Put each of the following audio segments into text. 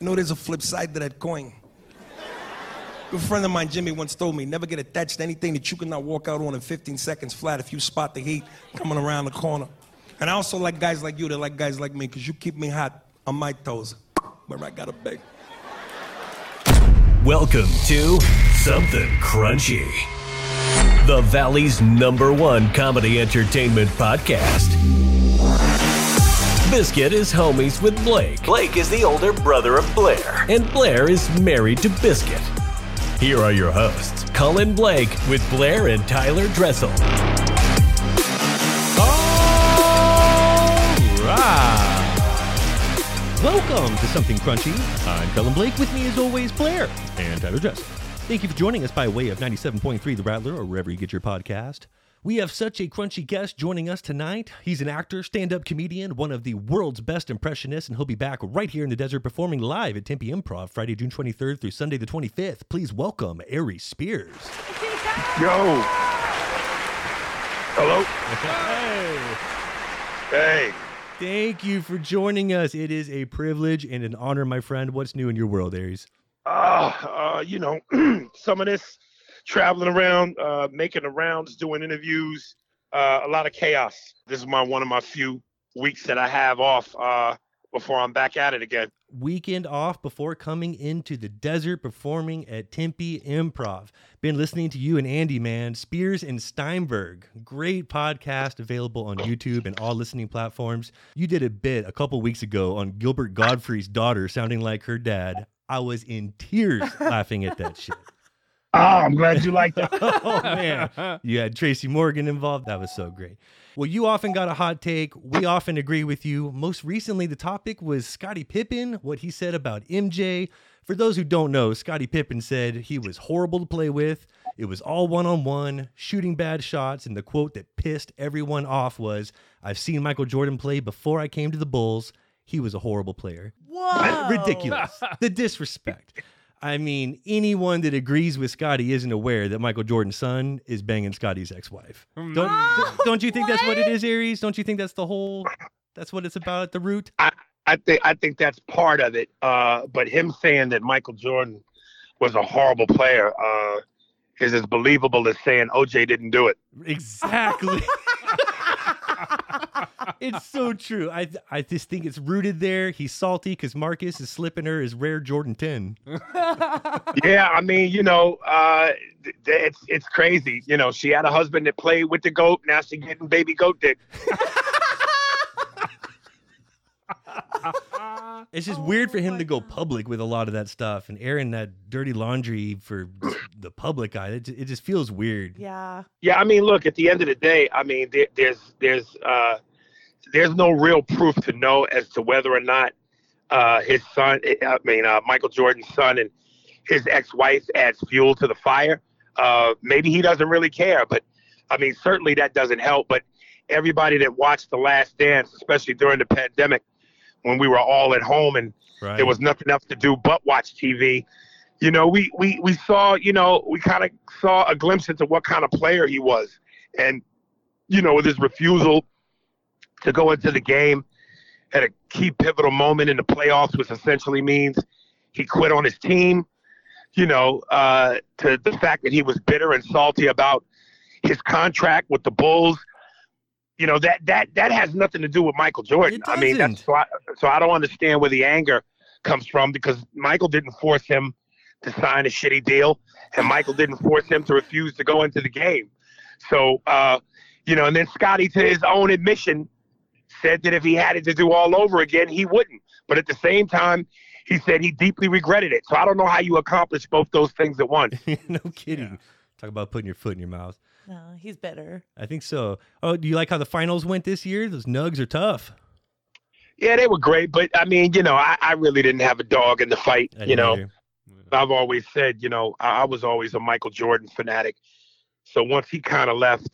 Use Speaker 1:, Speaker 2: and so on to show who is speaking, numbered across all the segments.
Speaker 1: know there's a flip side to that coin. Good friend of mine, Jimmy, once told me, never get attached to anything that you cannot walk out on in 15 seconds flat if you spot the heat coming around the corner. And I also like guys like you that like guys like me, because you keep me hot on my toes where I gotta be.
Speaker 2: Welcome to Something Crunchy, the Valley's number one comedy entertainment podcast. Biscuit is homies with Blake,
Speaker 3: Blake is the older brother of Blair.
Speaker 2: and Blair is married to Biscuit. Here are your hosts, Colin Blake with Blair and Tyler Dressel.
Speaker 4: Alright. Welcome to Something Crunchy. I'm Cullen Blake. With me, as always, Blair and Tyler Dress. Thank you for joining us by way of 97.3 The Rattler or wherever you get your podcast. We have such a crunchy guest joining us tonight. He's an actor, stand up comedian, one of the world's best impressionists, and he'll be back right here in the desert performing live at Tempe Improv Friday, June 23rd through Sunday, the 25th. Please welcome Ari Spears.
Speaker 5: Yo. Hello. Hey.
Speaker 4: Thank you for joining us. It is a privilege and an honor, my friend. What's new in your world, Aries?
Speaker 5: Uh, uh, you know, some of this traveling around, uh, making the rounds, doing interviews, uh, a lot of chaos. This is my one of my few weeks that I have off uh, before I'm back at it again.
Speaker 4: Weekend off before coming into the desert performing at Tempe Improv. Been listening to you and Andy, man. Spears and Steinberg. Great podcast available on YouTube and all listening platforms. You did a bit a couple weeks ago on Gilbert Godfrey's daughter sounding like her dad. I was in tears laughing at that shit.
Speaker 5: Oh, I'm glad you like that.
Speaker 4: oh man, you had Tracy Morgan involved. That was so great. Well, you often got a hot take. We often agree with you. Most recently, the topic was Scottie Pippen, what he said about MJ. For those who don't know, Scottie Pippen said he was horrible to play with. It was all one on one, shooting bad shots. And the quote that pissed everyone off was I've seen Michael Jordan play before I came to the Bulls. He was a horrible player.
Speaker 6: Whoa.
Speaker 4: Ridiculous. the disrespect. I mean, anyone that agrees with Scotty isn't aware that Michael Jordan's son is banging Scotty's ex-wife. Don't don't- don't you think that's what it is, Aries? Don't you think that's the whole that's what it's about at the root?
Speaker 5: I think I think that's part of it. Uh, but him saying that Michael Jordan was a horrible player uh, is as believable as saying OJ didn't do it.
Speaker 4: Exactly. it's so true. I I just think it's rooted there. He's salty cuz Marcus is slipping her his rare Jordan 10.
Speaker 5: yeah, I mean, you know, uh, th- th- it's it's crazy. You know, she had a husband that played with the goat. Now she getting baby goat dick.
Speaker 4: It's just weird for him to go public with a lot of that stuff and airing that dirty laundry for the public eye. It, ju- it just feels weird.
Speaker 6: Yeah.
Speaker 5: Yeah, I mean, look, at the end of the day, I mean, there, there's there's uh, there's no real proof to know as to whether or not uh, his son, I mean, uh, Michael Jordan's son and his ex-wife adds fuel to the fire. Uh, maybe he doesn't really care, but I mean, certainly that doesn't help. But everybody that watched The Last Dance, especially during the pandemic, when we were all at home and
Speaker 4: Right.
Speaker 5: there was nothing else to do but watch TV. You know, we we we saw, you know, we kind of saw a glimpse into what kind of player he was, and you know, with his refusal to go into the game at a key pivotal moment in the playoffs, which essentially means he quit on his team. You know, uh, to the fact that he was bitter and salty about his contract with the Bulls. You know that that that has nothing to do with Michael Jordan.
Speaker 4: It
Speaker 5: I mean, that's
Speaker 4: doesn't.
Speaker 5: so I, so I don't understand where the anger comes from because Michael didn't force him to sign a shitty deal, and Michael didn't force him to refuse to go into the game. So, uh, you know, and then Scotty, to his own admission, said that if he had it to do all over again, he wouldn't. But at the same time, he said he deeply regretted it. So I don't know how you accomplish both those things at once.
Speaker 4: no kidding. Talk about putting your foot in your mouth.
Speaker 6: No, he's bitter.
Speaker 4: I think so. Oh, do you like how the finals went this year? Those nugs are tough.
Speaker 5: Yeah, they were great, but I mean, you know, I, I really didn't have a dog in the fight.
Speaker 4: I didn't
Speaker 5: you know,
Speaker 4: either.
Speaker 5: I've always said, you know, I, I was always a Michael Jordan fanatic. So once he kind of left,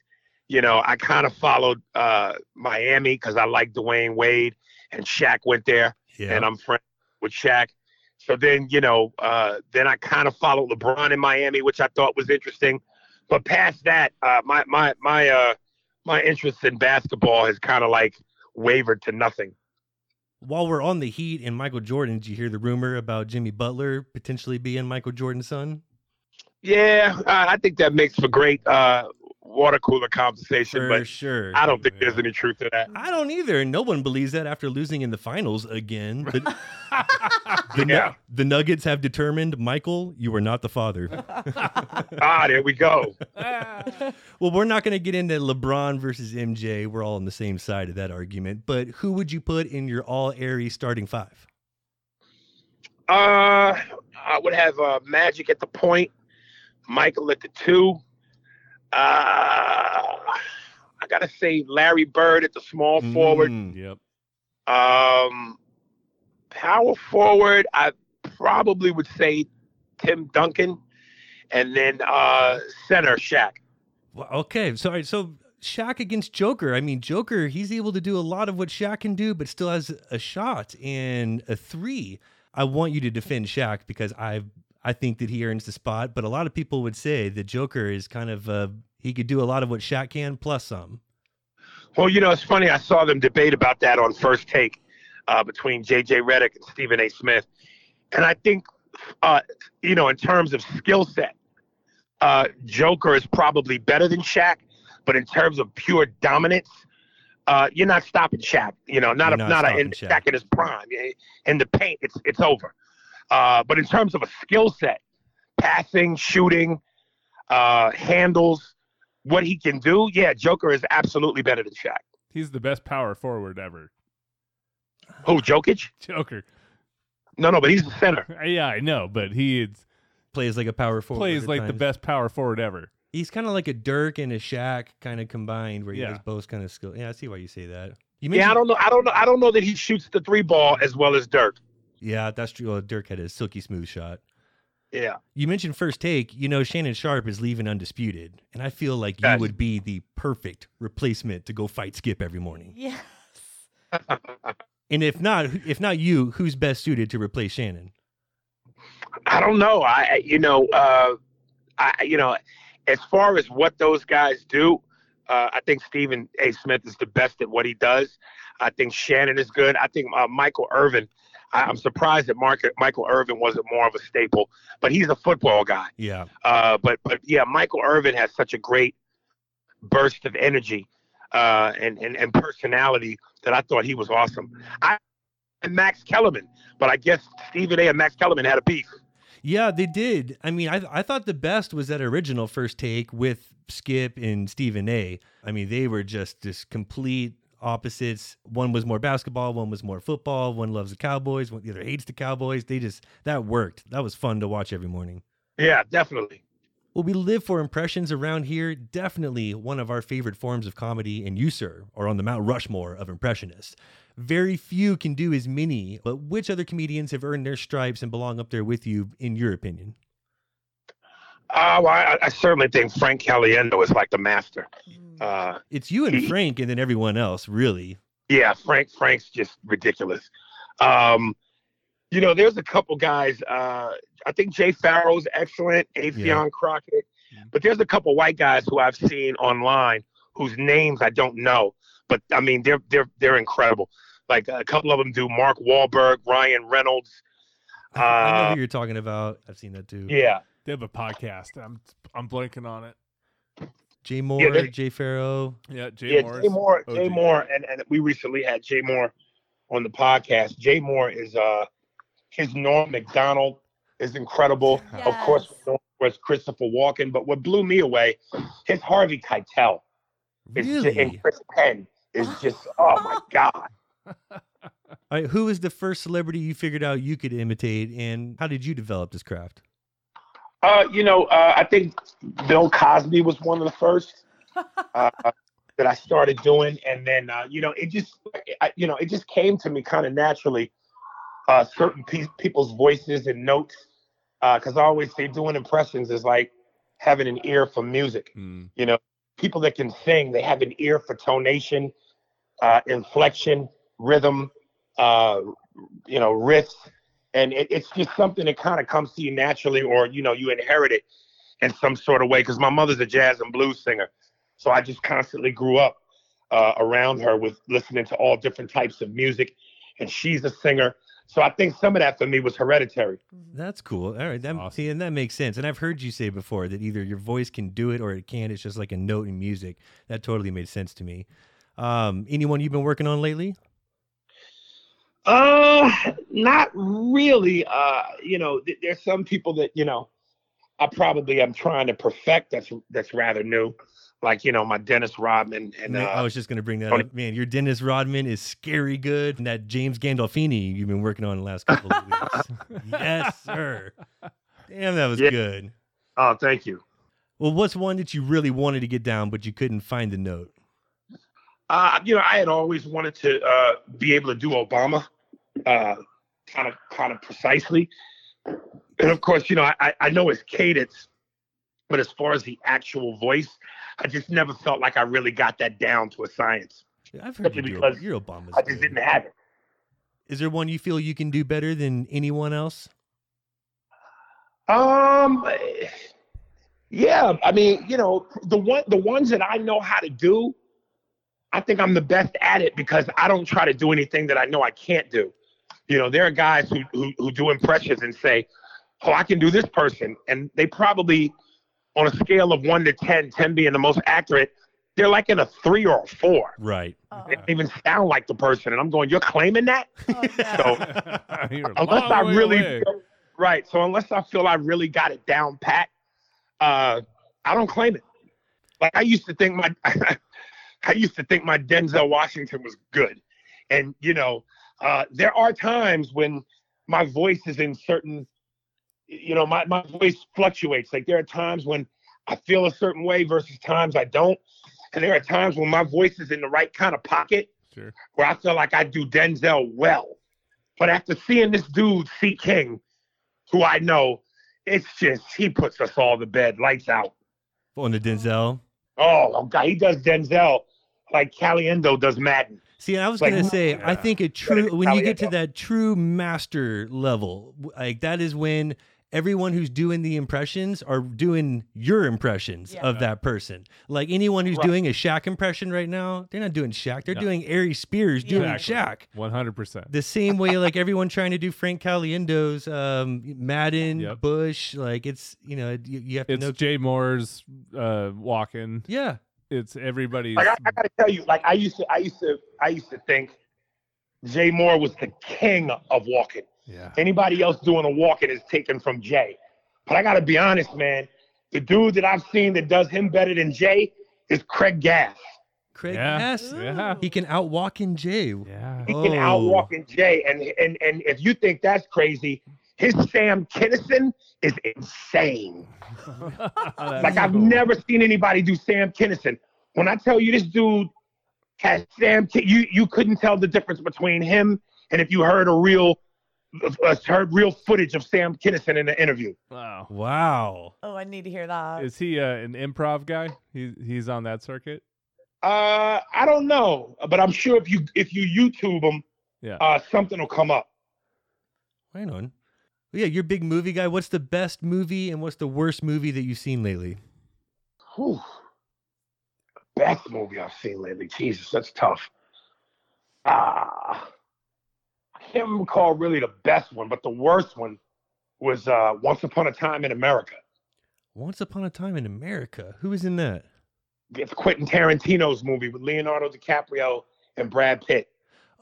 Speaker 5: you know, I kind of followed uh, Miami because I liked Dwayne Wade and Shaq went there.
Speaker 4: yeah.
Speaker 5: and uh, I'm friends with Shaq. So then, you know, uh, then I kind of followed LeBron in Miami, which I thought was interesting. But past that, uh, my my my uh, my interest in basketball has kind of like wavered to nothing.
Speaker 4: While we're on the Heat and Michael Jordan, did you hear the rumor about Jimmy Butler potentially being Michael Jordan's son?
Speaker 5: Yeah, I I think that makes for great uh, water cooler conversation,
Speaker 4: For
Speaker 5: but
Speaker 4: sure.
Speaker 5: I don't think
Speaker 4: Yeah.
Speaker 5: there's any truth to that.
Speaker 4: I don't either. No one believes that after losing in the finals again. The, the, Nu-
Speaker 5: Yeah.
Speaker 4: the Nuggets have determined, Michael, you are not the father.
Speaker 5: Ah, there we go.
Speaker 4: well, we're not going to get into LeBron versus MJ. We're all on the same side of that argument. But who would you put in your all airy starting five?
Speaker 5: Uh, I would have uh, Magic at the point, Michael at the two. Uh, I gotta say Larry Bird at the small forward.
Speaker 4: Mm,
Speaker 6: Yep.
Speaker 5: Um, power forward, I probably would say Tim Duncan, and then uh, center Shaq.
Speaker 4: Well, okay. Sorry. So Shaq against Joker. I mean, Joker, he's able to do a lot of what Shaq can do, but still has a shot and a three. I want you to defend Shaq because I I think that he earns the spot, but a lot of people would say that Joker is kind of uh, he could do a lot of what Shaq can plus some.
Speaker 5: Well, you know, it's funny. I saw them debate about that on First Take uh, between J.J. Reddick and Stephen A. Smith, and I think, uh, you know, in terms of skill set, uh, Joker is probably better than Shaq, but in terms of pure dominance, uh, you're not stopping Shaq. You know, not
Speaker 4: You're
Speaker 5: a,
Speaker 4: not
Speaker 5: not, a in,
Speaker 4: stopping
Speaker 5: Shaq.
Speaker 4: Shaq.
Speaker 5: in his prime. Yeah, In the paint, it's it's over. Uh, but in terms of a skill set, passing, shooting, uh, handles, what he can do, yeah, Joker is absolutely better than Shaq.
Speaker 6: He's the best power forward ever.
Speaker 5: Who, Jokic?
Speaker 6: Joker.
Speaker 5: No, no, but he's the center.
Speaker 6: Yeah, I know, but he is,
Speaker 4: Plays like a power forward.
Speaker 6: plays
Speaker 4: at
Speaker 6: like the
Speaker 4: times.
Speaker 6: best power forward ever.
Speaker 4: He's kind of like a Dirk and a Shaq kind of combined, where he
Speaker 6: Yeah.
Speaker 4: has both kind of skill. Yeah, I see why you say that. You
Speaker 5: Yeah, I don't know. I don't know. I don't know that he shoots the three ball as well as Dirk.
Speaker 4: yeah, that's true. Well, Dirk had a silky smooth shot.
Speaker 5: Yeah.
Speaker 4: You mentioned first take. You know, Shannon Sharp is leaving undisputed, and I feel like you
Speaker 5: Yes.
Speaker 4: would be the perfect replacement to go fight Skip every morning.
Speaker 7: Yes.
Speaker 4: And if not, if not you, who's best suited to replace Shannon?
Speaker 5: I don't know. I, I- you know, uh, I, you know, as far as what those guys do, uh, I think Stephen A. Smith is the best at what he does. I think Shannon is good. I think uh, Michael Irvin. I, I'm surprised that Mark, Michael Irvin wasn't more of a staple, but he's a football guy.
Speaker 4: Yeah,
Speaker 5: Uh, but but yeah, Michael Irvin has such a great burst of energy uh, and, and and personality that I thought he was awesome. I and Max Kellerman, but I guess Stephen A. and Max Kellerman had a beef.
Speaker 4: yeah, they did. I mean, I I thought the best was that original first take with Skip and Stephen A. I mean, they were just this complete opposites. One was more basketball, one was more football. One loves the Cowboys, one the other hates the Cowboys. They just that worked. That was fun to watch every morning.
Speaker 5: Yeah, definitely.
Speaker 4: Well, we live for impressions around here. Definitely one of our favorite forms of comedy, and you, sir, are on the Mount Rushmore of impressionists. Very few can do as many, but which other comedians have earned their stripes and belong up there with you, in your opinion?
Speaker 5: Uh, well, I, I certainly think Frank Caliendo is like the master.
Speaker 7: Mm.
Speaker 5: Uh,
Speaker 4: It's you and Frank, and then everyone else, really.
Speaker 5: yeah, Frank Frank's just ridiculous. Um, you know, there's a couple guys. Uh, I think Jay Farrell's excellent, Afion Crockett, but there's a couple white guys who I've seen online whose names I don't know, but I mean they're they're they're incredible. Like a couple of them do Mark Wahlberg, Ryan Reynolds.
Speaker 4: I, I know
Speaker 5: Uh,
Speaker 4: who you're talking about. I've seen that too.
Speaker 5: Yeah,
Speaker 6: They have a podcast. I'm I'm blanking on it.
Speaker 4: Jay Moore,
Speaker 5: they-
Speaker 4: Jay Farrow.
Speaker 6: Yeah, Jay
Speaker 5: yeah,
Speaker 6: Morris.
Speaker 5: Jay Moore, Jay
Speaker 6: OG.
Speaker 5: Moore, and, and we recently had Jay Moore on the podcast. Jay Moore is uh his Norm McDonald is incredible. Of course,
Speaker 7: Yes.
Speaker 5: Norm was Christopher Walken, but what blew me away, his Harvey Keitel is ju-
Speaker 4: Really?
Speaker 5: and Chris Penn is just oh my god.
Speaker 4: All right, who was the first celebrity you figured out you could imitate, and how did you develop this craft?
Speaker 5: Uh, you know, uh, I think Bill Cosby was one of the first uh, that I started doing, and then uh, you know, it just, I, you know, it just came to me kind of naturally. Uh, certain pe- people's voices and notes, because I always say doing impressions is like having an ear for music.
Speaker 6: Mm.
Speaker 5: You know, people that can sing, they have an ear for tonation, uh, inflection, rhythm, uh, you know, riffs. And it, it's just something that kind of comes to you naturally, or, you know, you inherit it in some sort of way. Because my mother's a jazz and blues singer. So I just constantly grew up uh, around her with listening to all different types of music and she's a singer. So I think some of that for me was hereditary.
Speaker 4: That's cool. All right, that
Speaker 6: Awesome.
Speaker 4: see, and that makes sense. And I've heard you say before that either your voice can do it or it can't. It's just like a note in music. That totally made sense to me. Um, anyone you've been working on lately?
Speaker 5: Uh, not really. Uh, you know, th- there's some people that you know, I probably am trying to perfect. That's that's rather new, like you know, my Dennis Rodman and
Speaker 4: Ma- I
Speaker 5: uh,
Speaker 4: was just gonna bring that
Speaker 5: Tony-
Speaker 4: up. Man, your Dennis Rodman is scary good. And that James Gandolfini you've been working on the last couple of weeks. yes, sir. Damn, that was
Speaker 5: Yeah.
Speaker 4: good.
Speaker 5: oh, thank you.
Speaker 4: Well, what's one that you really wanted to get down but you couldn't find the note?
Speaker 5: Uh, you know, I had always wanted to uh, be able to do Obama, uh, kind of, kind of precisely. And of course, you know, I- I, I know his cadence, but as far as the actual voice, I just never felt like I really got that down to a science.
Speaker 4: I've heard you
Speaker 5: Simply
Speaker 4: do
Speaker 5: because
Speaker 4: your Obama's.
Speaker 5: I just
Speaker 4: good.
Speaker 5: didn't have it.
Speaker 4: Is there one you feel you can do better than anyone else?
Speaker 5: Um, eh, yeah, I mean, you know, the one, the ones that I know how to do, I think I'm the best at it because I don't try to do anything that I know I can't do. You know, there are guys who who, who do impressions and say, "Oh, I can do this person," and they probably, on a scale of one to ten, ten being the most accurate, they're like in a three or a four.
Speaker 4: Right.
Speaker 7: Oh,
Speaker 5: They don't even sound like the person, and I'm going, "You're claiming that?" So
Speaker 6: You're a
Speaker 5: unless
Speaker 6: long
Speaker 5: I
Speaker 6: way
Speaker 5: Oh, really
Speaker 6: away.
Speaker 5: feel- right. So unless I feel I really got it down pat, uh, I don't claim it. Like I used to think my I used to think my Denzel Washington was good, and you know uh, there are times when my voice is in certain you know my, my voice fluctuates like there are times when i feel a certain way versus times i don't and there are times when my voice is in the right kind of pocket
Speaker 6: Sure.
Speaker 5: where I feel like I do Denzel well. But after seeing this dude, C. King, who I know, it's just he puts us all to bed, lights out.
Speaker 4: On
Speaker 5: Mm.
Speaker 4: the Denzel.
Speaker 5: Oh, oh, God, he does Denzel like Caliendo does Madden.
Speaker 4: See, and I was
Speaker 5: Like,
Speaker 4: gonna say, I
Speaker 6: yeah.
Speaker 4: think a
Speaker 5: it's
Speaker 4: true when you get to
Speaker 5: Italian.
Speaker 4: that true master level, w- like that is when everyone who's doing the impressions are doing your impressions
Speaker 7: Yeah.
Speaker 4: of that person. Like anyone who's
Speaker 5: Right.
Speaker 4: doing a Shaq impression right now, they're not doing Shaq, they're
Speaker 6: No.
Speaker 4: doing Ari Spears doing
Speaker 6: Exactly.
Speaker 4: Shaq.
Speaker 6: One hundred percent.
Speaker 4: The same way, like everyone trying to do Frank Caliendo's, um, Madden,
Speaker 6: Yep.
Speaker 4: Bush, like it's you know you, you have to
Speaker 6: It's
Speaker 4: know.
Speaker 6: Jay Moore's uh, walking.
Speaker 4: Yeah,
Speaker 6: It's everybody's.
Speaker 5: Like I, I gotta tell you, like I used to, I used to, I used to think Jay Moore was the king of walking.
Speaker 6: yeah.
Speaker 5: Anybody else doing a walking is taken from Jay. But I gotta be honest, man, the dude that I've seen that does him better than Jay is Craig Gass.
Speaker 4: Craig
Speaker 6: Yeah.
Speaker 4: Ness.
Speaker 6: Yeah.
Speaker 4: He can outwalk in Jay.
Speaker 6: Yeah.
Speaker 5: He can
Speaker 4: Oh.
Speaker 5: outwalk in Jay, and and and if you think that's crazy, his Sam Kinison is insane. like I've never seen anybody do Sam Kinison. When I tell you this dude has Sam, Ki- you you couldn't tell the difference between him and if you heard a real uh, heard real footage of Sam Kinison in the interview.
Speaker 6: Wow.
Speaker 4: Wow.
Speaker 7: Oh, I need to hear that.
Speaker 6: Is he uh, an improv guy? He he's on that circuit.
Speaker 5: Uh, I don't know, but I'm sure if you if you YouTube him,
Speaker 6: Yeah.
Speaker 5: uh, something will come up.
Speaker 4: Right on. Well, yeah, you're a big movie guy. What's the best movie and what's the worst movie that you've seen lately?
Speaker 5: Whew. Best movie I've seen lately. Jesus, that's tough. Ah, I can't recall really the best one, but the worst one was uh, Once Upon a Time in America.
Speaker 4: Once Upon a Time in America. Who was in that?
Speaker 5: It's Quentin Tarantino's movie with Leonardo DiCaprio and Brad Pitt.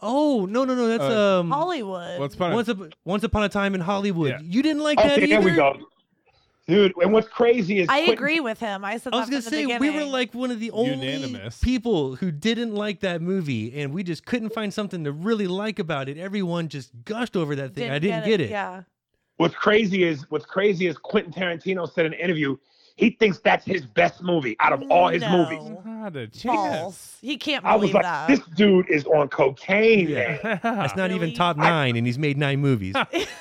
Speaker 4: Oh no no no that's
Speaker 6: Uh,
Speaker 4: um
Speaker 7: Hollywood.
Speaker 6: What's funny?
Speaker 4: once up, Once Upon a Time in Hollywood.
Speaker 6: Yeah.
Speaker 4: You didn't like that
Speaker 5: Okay, Oh, there
Speaker 4: either.
Speaker 5: we go, dude. And what's crazy is
Speaker 7: I
Speaker 5: Quentin-
Speaker 7: agree with him. I said
Speaker 4: I was
Speaker 7: that
Speaker 4: gonna
Speaker 7: from
Speaker 4: say
Speaker 7: the
Speaker 4: we were
Speaker 7: beginning.
Speaker 4: like one of the only
Speaker 6: Unanimous.
Speaker 4: people who didn't like that movie, and we just couldn't find something to really like about it. Everyone just gushed over that thing. I didn't get it.
Speaker 7: Yeah.
Speaker 5: What's crazy is what's crazy is Quentin Tarantino said in an interview he thinks that's his best movie out of all his
Speaker 7: No.
Speaker 5: movies.
Speaker 6: Not a
Speaker 7: False.
Speaker 6: chance.
Speaker 7: He can't
Speaker 5: I
Speaker 7: believe
Speaker 5: was like,
Speaker 7: that.
Speaker 5: this dude is on cocaine, man.
Speaker 4: That's not even
Speaker 7: Really?
Speaker 4: top nine, and he's made nine movies.
Speaker 5: I've,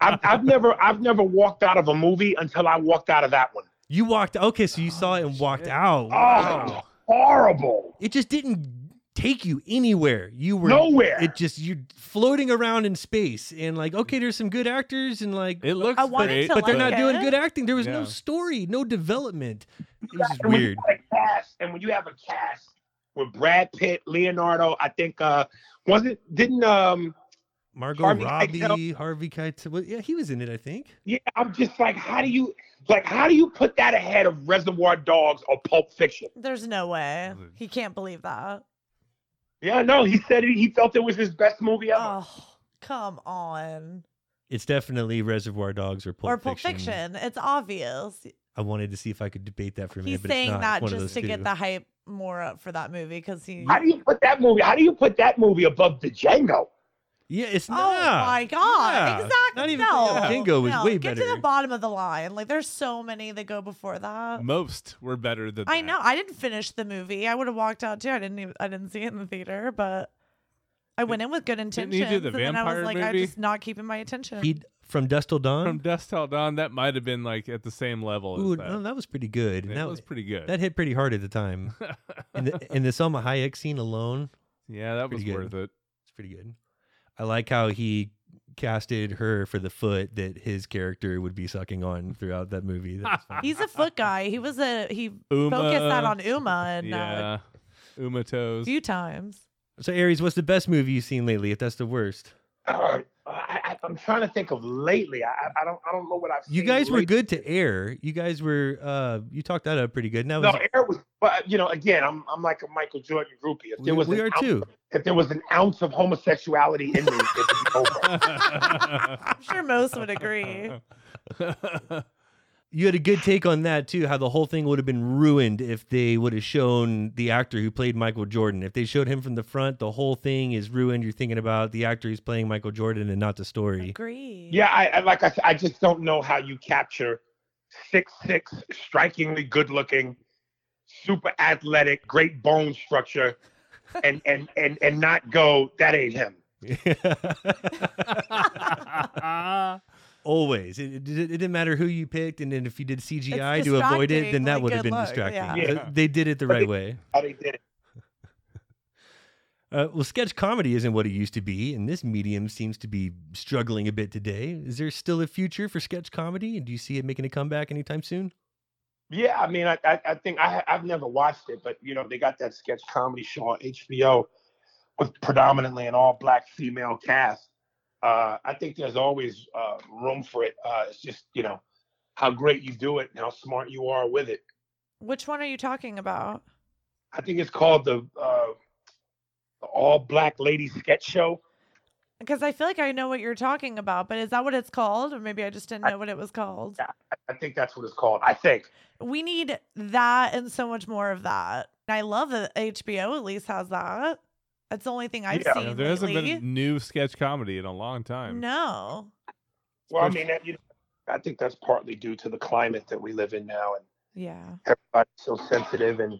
Speaker 5: I've never I've never walked out of a movie until I walked out of that one.
Speaker 4: you walked okay, so you saw it and walked out.
Speaker 5: Oh, horrible!
Speaker 4: it just didn't take you anywhere. You were
Speaker 5: Nowhere.
Speaker 4: It just you floating around in space and like, okay, there's some good actors and like,
Speaker 6: It looks
Speaker 7: I wanted
Speaker 6: great,
Speaker 7: to
Speaker 4: but they're
Speaker 7: like
Speaker 4: not
Speaker 7: it.
Speaker 4: doing good acting. There was no
Speaker 6: Yeah.
Speaker 4: story, no development. It was just
Speaker 5: And when you
Speaker 4: weird.
Speaker 5: have a cast, and when you have a cast with Brad Pitt, Leonardo, I think uh, wasn't didn't um
Speaker 4: Margot
Speaker 5: Harvey
Speaker 4: Robbie,
Speaker 5: Keitel.
Speaker 4: Harvey Keitel. Well, yeah, he was in it, I think.
Speaker 5: Yeah, I'm just like, how do you like how do you put that ahead of Reservoir Dogs or Pulp Fiction?
Speaker 7: There's no way. He can't believe that.
Speaker 5: Yeah, no, he said he he felt it was his best movie ever.
Speaker 7: Oh, come on.
Speaker 4: It's definitely Reservoir Dogs or Pulp,
Speaker 7: or Pulp Fiction. It's obvious.
Speaker 4: I wanted to see if I could debate that for a minute,
Speaker 7: He's
Speaker 4: but it's
Speaker 7: saying
Speaker 4: not
Speaker 7: that
Speaker 4: one of
Speaker 7: just to
Speaker 4: those two.
Speaker 7: get the hype more up for that movie because he.
Speaker 5: how do you put that movie? How do you put that movie above the Django?
Speaker 4: Yeah, it's
Speaker 7: Oh
Speaker 4: not.
Speaker 7: my god!
Speaker 4: Yeah.
Speaker 7: Exactly.
Speaker 4: Not even
Speaker 7: no.
Speaker 4: Django was
Speaker 7: no.
Speaker 4: way
Speaker 7: Get
Speaker 4: better.
Speaker 7: to the bottom of the line. Like there's so many that go before that.
Speaker 6: Most were better than
Speaker 7: I
Speaker 6: that.
Speaker 7: know. I didn't finish the movie. I would have walked out too. I didn't. Even, I didn't see it in the theater, but I went in with good
Speaker 6: didn't
Speaker 7: intentions.
Speaker 6: he do the
Speaker 7: and then I
Speaker 6: vampire
Speaker 7: was like, I'm
Speaker 6: movie?
Speaker 7: just not keeping my attention.
Speaker 4: He from Dust Till Dawn.
Speaker 6: From Dust Till Dawn, that might have been like at the same level
Speaker 4: Ooh,
Speaker 6: as that.
Speaker 4: no, that was pretty good.
Speaker 6: It
Speaker 4: that
Speaker 6: was pretty good.
Speaker 4: That hit pretty hard at the time. and, the, and the Selma Hayek scene alone,
Speaker 6: yeah, that was
Speaker 4: pretty good.
Speaker 6: worth it.
Speaker 4: it's pretty good. I like how he casted her for the foot that his character would be sucking on throughout that movie. That was fun.
Speaker 7: He's a foot guy. He was a he
Speaker 6: Uma.
Speaker 7: focused that on Uma and uh,
Speaker 6: yeah. Uma
Speaker 7: a
Speaker 6: toes.
Speaker 7: few times.
Speaker 4: so, Aries, what's the best movie you've seen lately? If that's the worst,
Speaker 5: Uh, I, I, I'm trying to think of lately. I, I- I don't I don't know what I've.
Speaker 4: you
Speaker 5: seen
Speaker 4: guys were
Speaker 5: lately.
Speaker 4: good to air. You guys were, uh, you talked that up pretty good. And that
Speaker 5: No,
Speaker 4: was,
Speaker 5: Air was, but uh, you know, again, I'm I'm like a Michael Jordan groupie. If
Speaker 4: we-
Speaker 5: there was
Speaker 4: we
Speaker 5: an
Speaker 4: are
Speaker 5: ounce,
Speaker 4: too.
Speaker 5: If there was an ounce of homosexuality in me, it would be over.
Speaker 7: I'm sure most would agree.
Speaker 4: you had a good take on that too how the whole thing would have been ruined if they would have shown the actor who played michael jordan if they showed him from the front the whole thing is ruined you're thinking about the actor who's playing michael jordan and not the story
Speaker 7: Agree.
Speaker 5: Yeah, I, I like I said, I just don't know how you capture six six, strikingly good looking, super athletic, great bone structure, and and and and not go that ain't him.
Speaker 4: always it, it, it didn't matter who you picked and then if you did cgi
Speaker 7: It's
Speaker 4: to avoid it then
Speaker 7: distracting,
Speaker 4: that
Speaker 7: like,
Speaker 4: would have
Speaker 7: good
Speaker 4: been
Speaker 7: luck,
Speaker 4: distracting
Speaker 7: yeah.
Speaker 4: But they did it the right way
Speaker 5: How they did it.
Speaker 4: uh, well sketch comedy isn't what it used to be and this medium seems to be struggling a bit today is there still a future for sketch comedy and do you see it making a comeback anytime soon
Speaker 5: Yeah, I mean, I I, I think I ha- I've never watched it, but you know they got that sketch comedy show on HBO with predominantly an all black female cast. Uh, I think there's always uh, room for it. Uh, it's just you know how great you do it and how smart you are with it.
Speaker 7: Which one are you talking about?
Speaker 5: I think it's called the, uh, the All Black Lady Sketch Show.
Speaker 7: Because I feel like I know what you're talking about, but is that what it's called? Or maybe I just didn't know what it was called.
Speaker 5: Yeah. I think that's what it's called. I think.
Speaker 7: We need that and so much more of that. And I love that HBO at least has that. That's the only thing I've
Speaker 5: Yeah.
Speaker 7: seen.
Speaker 6: Yeah, there hasn't
Speaker 7: lately.
Speaker 6: been new sketch comedy in a long time.
Speaker 7: No.
Speaker 5: Well, I mean, that, you know, I think that's partly due to the climate that we live in now, and
Speaker 7: Yeah.
Speaker 5: everybody's so sensitive and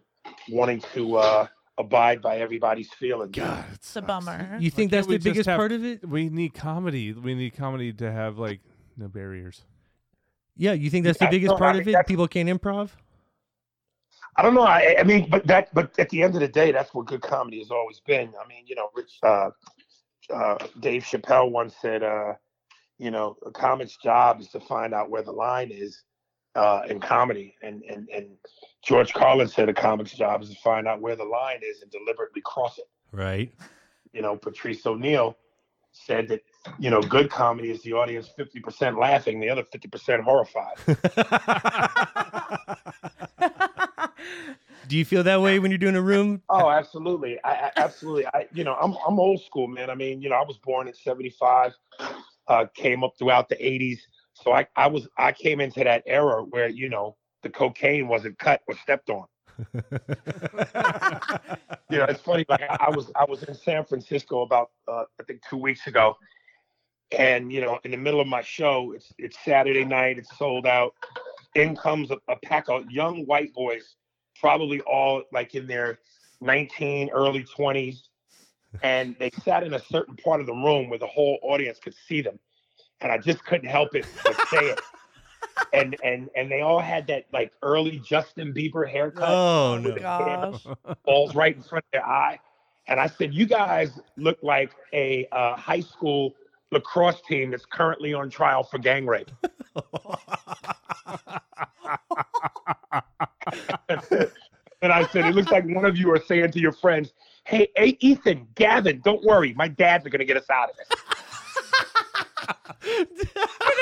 Speaker 5: wanting to uh, abide by everybody's feelings.
Speaker 6: God, it's
Speaker 7: It's a bummer.
Speaker 4: you think
Speaker 6: can't
Speaker 4: that's
Speaker 6: we
Speaker 4: the
Speaker 6: just
Speaker 4: biggest
Speaker 6: have-
Speaker 4: part of it
Speaker 6: We need comedy. We need comedy to have like no barriers.
Speaker 4: Yeah, you think that's the
Speaker 5: Yeah,
Speaker 4: biggest
Speaker 5: no, I
Speaker 4: part
Speaker 5: mean,
Speaker 4: of it?
Speaker 5: that's-
Speaker 4: People can't improv?
Speaker 5: I don't know. I, I mean, but that, but at the end of the day, that's what good comedy has always been. I mean, you know, Rich, uh, uh, Dave Chappelle once said, uh, you know, a comic's job is to find out where the line is uh, in comedy, and and and George Carlin said a comic's job is to find out where the line is and deliberately cross it.
Speaker 4: Right.
Speaker 5: You know, Patrice O'Neill said that you know good comedy is the audience fifty percent laughing, the other fifty percent horrified.
Speaker 4: Do you feel that way when you're doing a room?
Speaker 5: Oh, absolutely. I, I absolutely. I you know, I'm I'm old school, man. I mean, you know, I was born in 75, uh came up throughout the 80s. So I I was I came into that era where, you know, the cocaine wasn't cut or stepped on. You know, it's funny like I, I was I was in San Francisco about uh, I think 2 weeks ago. And you know, in the middle of my show, it's it's Saturday night, it's sold out. In comes a, a pack of young white boys, probably all like in their 19, early 20s, and they sat in a certain part of the room where the whole audience could see them. And I just couldn't help it but say it. And and and they all had that like early Justin Bieber haircut,
Speaker 4: Oh
Speaker 7: Oh,
Speaker 4: no.
Speaker 7: gosh.
Speaker 5: balls right in front of their eye. And I said, "You guys look like a uh, high school lacrosse team that's currently on trial for gang rape." And I said, it looks like one of you are saying to your friends, hey, hey, Ethan, Gavin, don't worry. My dads are going to get us out of this.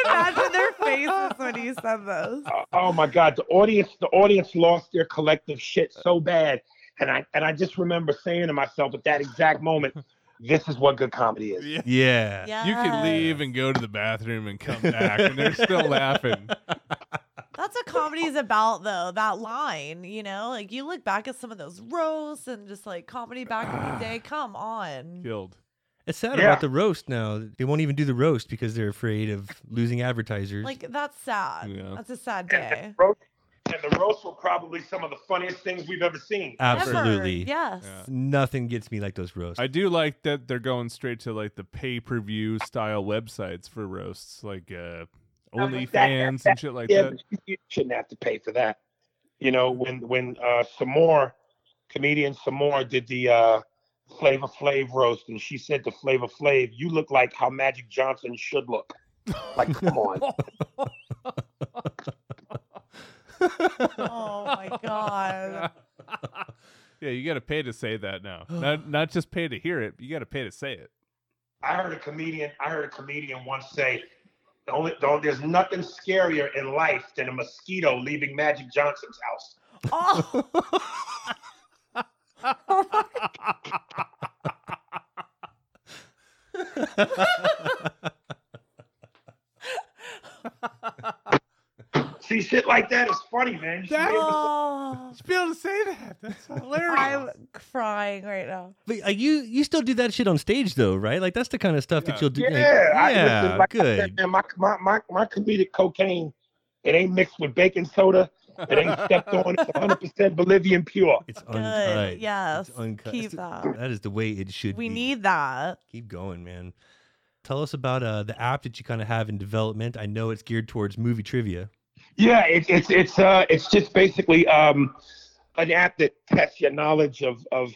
Speaker 7: Imagine their faces when he said those.
Speaker 5: Uh, oh my God, the audience, the audience lost their collective shit so bad, and I and I just remember saying to myself at that exact moment, "This is what good comedy is."
Speaker 6: Yeah.
Speaker 4: Yeah.
Speaker 5: Uh,
Speaker 6: You
Speaker 7: Uh,
Speaker 6: can leave and go to the bathroom and come back, and they're still laughing.
Speaker 7: That's what comedy's about, though. That line, you know, like you look back at some of those roasts and just like comedy back in the day. Come on.
Speaker 6: Killed.
Speaker 4: It's sad
Speaker 5: Yeah.
Speaker 4: about the roast now. They won't even do the roast because they're afraid of losing advertisers.
Speaker 7: Like that's sad.
Speaker 6: Yeah.
Speaker 7: That's a sad
Speaker 5: And,
Speaker 7: day.
Speaker 5: the roast, and the roast were probably some of the funniest things we've ever seen.
Speaker 4: Absolutely.
Speaker 7: Ever. Yes.
Speaker 6: Yeah.
Speaker 4: Nothing gets me like those roasts.
Speaker 6: I do like that they're going straight to like the pay per view style websites for roasts, like uh,
Speaker 7: Oh,
Speaker 6: OnlyFans and shit like
Speaker 5: yeah,
Speaker 6: that.
Speaker 5: but you shouldn't have to pay for that. You know, when when uh, Samore, comedian Samore, did the uh, Flavor Flav roast, and she said to Flavor Flav, "You look like how Magic Johnson should look." Like, come on.
Speaker 7: Oh my god.
Speaker 6: yeah, you got to pay to say that now. Not not just pay to hear it. You got to pay to say it.
Speaker 5: I heard a comedian. I heard a comedian once say, "The only, the only- there's nothing scarier in life than a mosquito leaving Magic Johnson's house."
Speaker 7: Oh.
Speaker 5: See, shit like that is funny, man. You should be able to-
Speaker 7: oh.
Speaker 6: Be able to say that. That's hilarious.
Speaker 7: I'm crying right now.
Speaker 4: but like, you you still do that shit on stage though, right? Like that's the kind of stuff that you'll do.
Speaker 5: Yeah,
Speaker 4: like,
Speaker 5: I,
Speaker 4: yeah,
Speaker 5: listen, like I
Speaker 4: good.
Speaker 5: said, man, my, my my my comedic cocaine, it ain't mixed with baking soda. It ain't stepped on. It's 100 percent Bolivian pure.
Speaker 4: It's
Speaker 7: Good.
Speaker 4: uncut.
Speaker 7: Yes.
Speaker 4: It's uncut.
Speaker 7: Keep that.
Speaker 4: That is the way it should
Speaker 7: We
Speaker 4: be.
Speaker 7: need that.
Speaker 4: Keep going, man. Tell us about uh, the app that you kind of have in development. I know it's geared towards movie trivia.
Speaker 5: Yeah, it's it's it's uh it's just basically um an app that tests your knowledge of of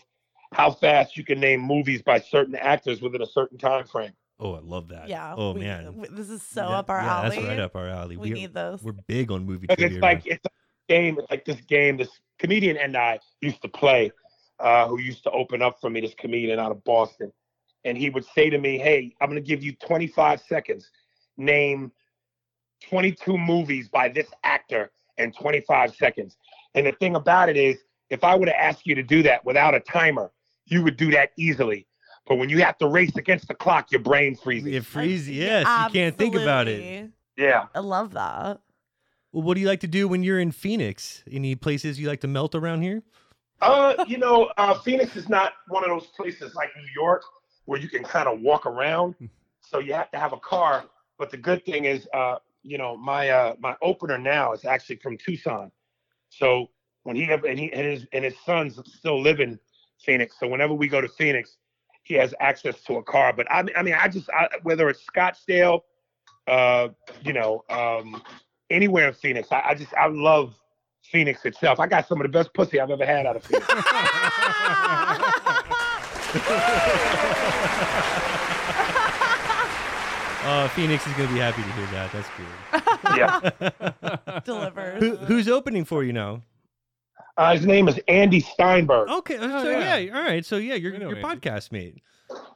Speaker 5: how fast you can name movies by certain actors within a certain time frame.
Speaker 4: Oh, I love that.
Speaker 7: Yeah.
Speaker 4: Oh
Speaker 7: we-
Speaker 4: man.
Speaker 7: we- this is so
Speaker 4: Yeah,
Speaker 7: up our
Speaker 4: yeah,
Speaker 7: alley.
Speaker 4: That's right up our alley.
Speaker 7: We
Speaker 4: are-
Speaker 7: need those.
Speaker 4: We're big on movie
Speaker 5: Because
Speaker 4: trivia.
Speaker 5: it's
Speaker 4: now.
Speaker 5: like it's a game. It's like this game. This comedian and I used to play, uh, who used to open up for me. This comedian out of Boston, and he would say to me, "Hey, I'm going to give you 25 seconds. Name 22 movies by this actor in 25 seconds." And the thing about it is, if I were to ask you to do that without a timer, you would do that easily. But when you have to race against the clock, your brain freezes.
Speaker 4: it freezes. Yes, you can't think about it.
Speaker 7: Uh, Absolutely.
Speaker 5: yeah.
Speaker 7: I love that.
Speaker 4: Well, what do you like to do when you're in Phoenix? Any places you like to melt around here?
Speaker 5: Uh, you know, uh, Phoenix is not one of those places like New York where you can kind of walk around. So you have to have a car. But the good thing is, uh, you know, my uh, my opener now is actually from Tucson. So when he and he and his and his son's still live in Phoenix. So whenever we go to Phoenix, he has access to a car. But I mean, I mean, I just I, whether it's Scottsdale, uh, you know, um, anywhere in Phoenix, I, I just I love Phoenix itself. I got some of the best pussy I've ever had out of Phoenix.
Speaker 4: Uh, Phoenix is gonna be happy to hear that. That's good.
Speaker 5: yeah.
Speaker 7: Delivers.
Speaker 4: Who,
Speaker 7: Uh-huh.
Speaker 4: who's opening for you now?
Speaker 5: Uh, his name is Andy Steinberg.
Speaker 4: Okay, so yeah.
Speaker 6: yeah.
Speaker 4: all right, so yeah, your
Speaker 6: We know
Speaker 4: your
Speaker 6: Andy.
Speaker 4: podcast mate.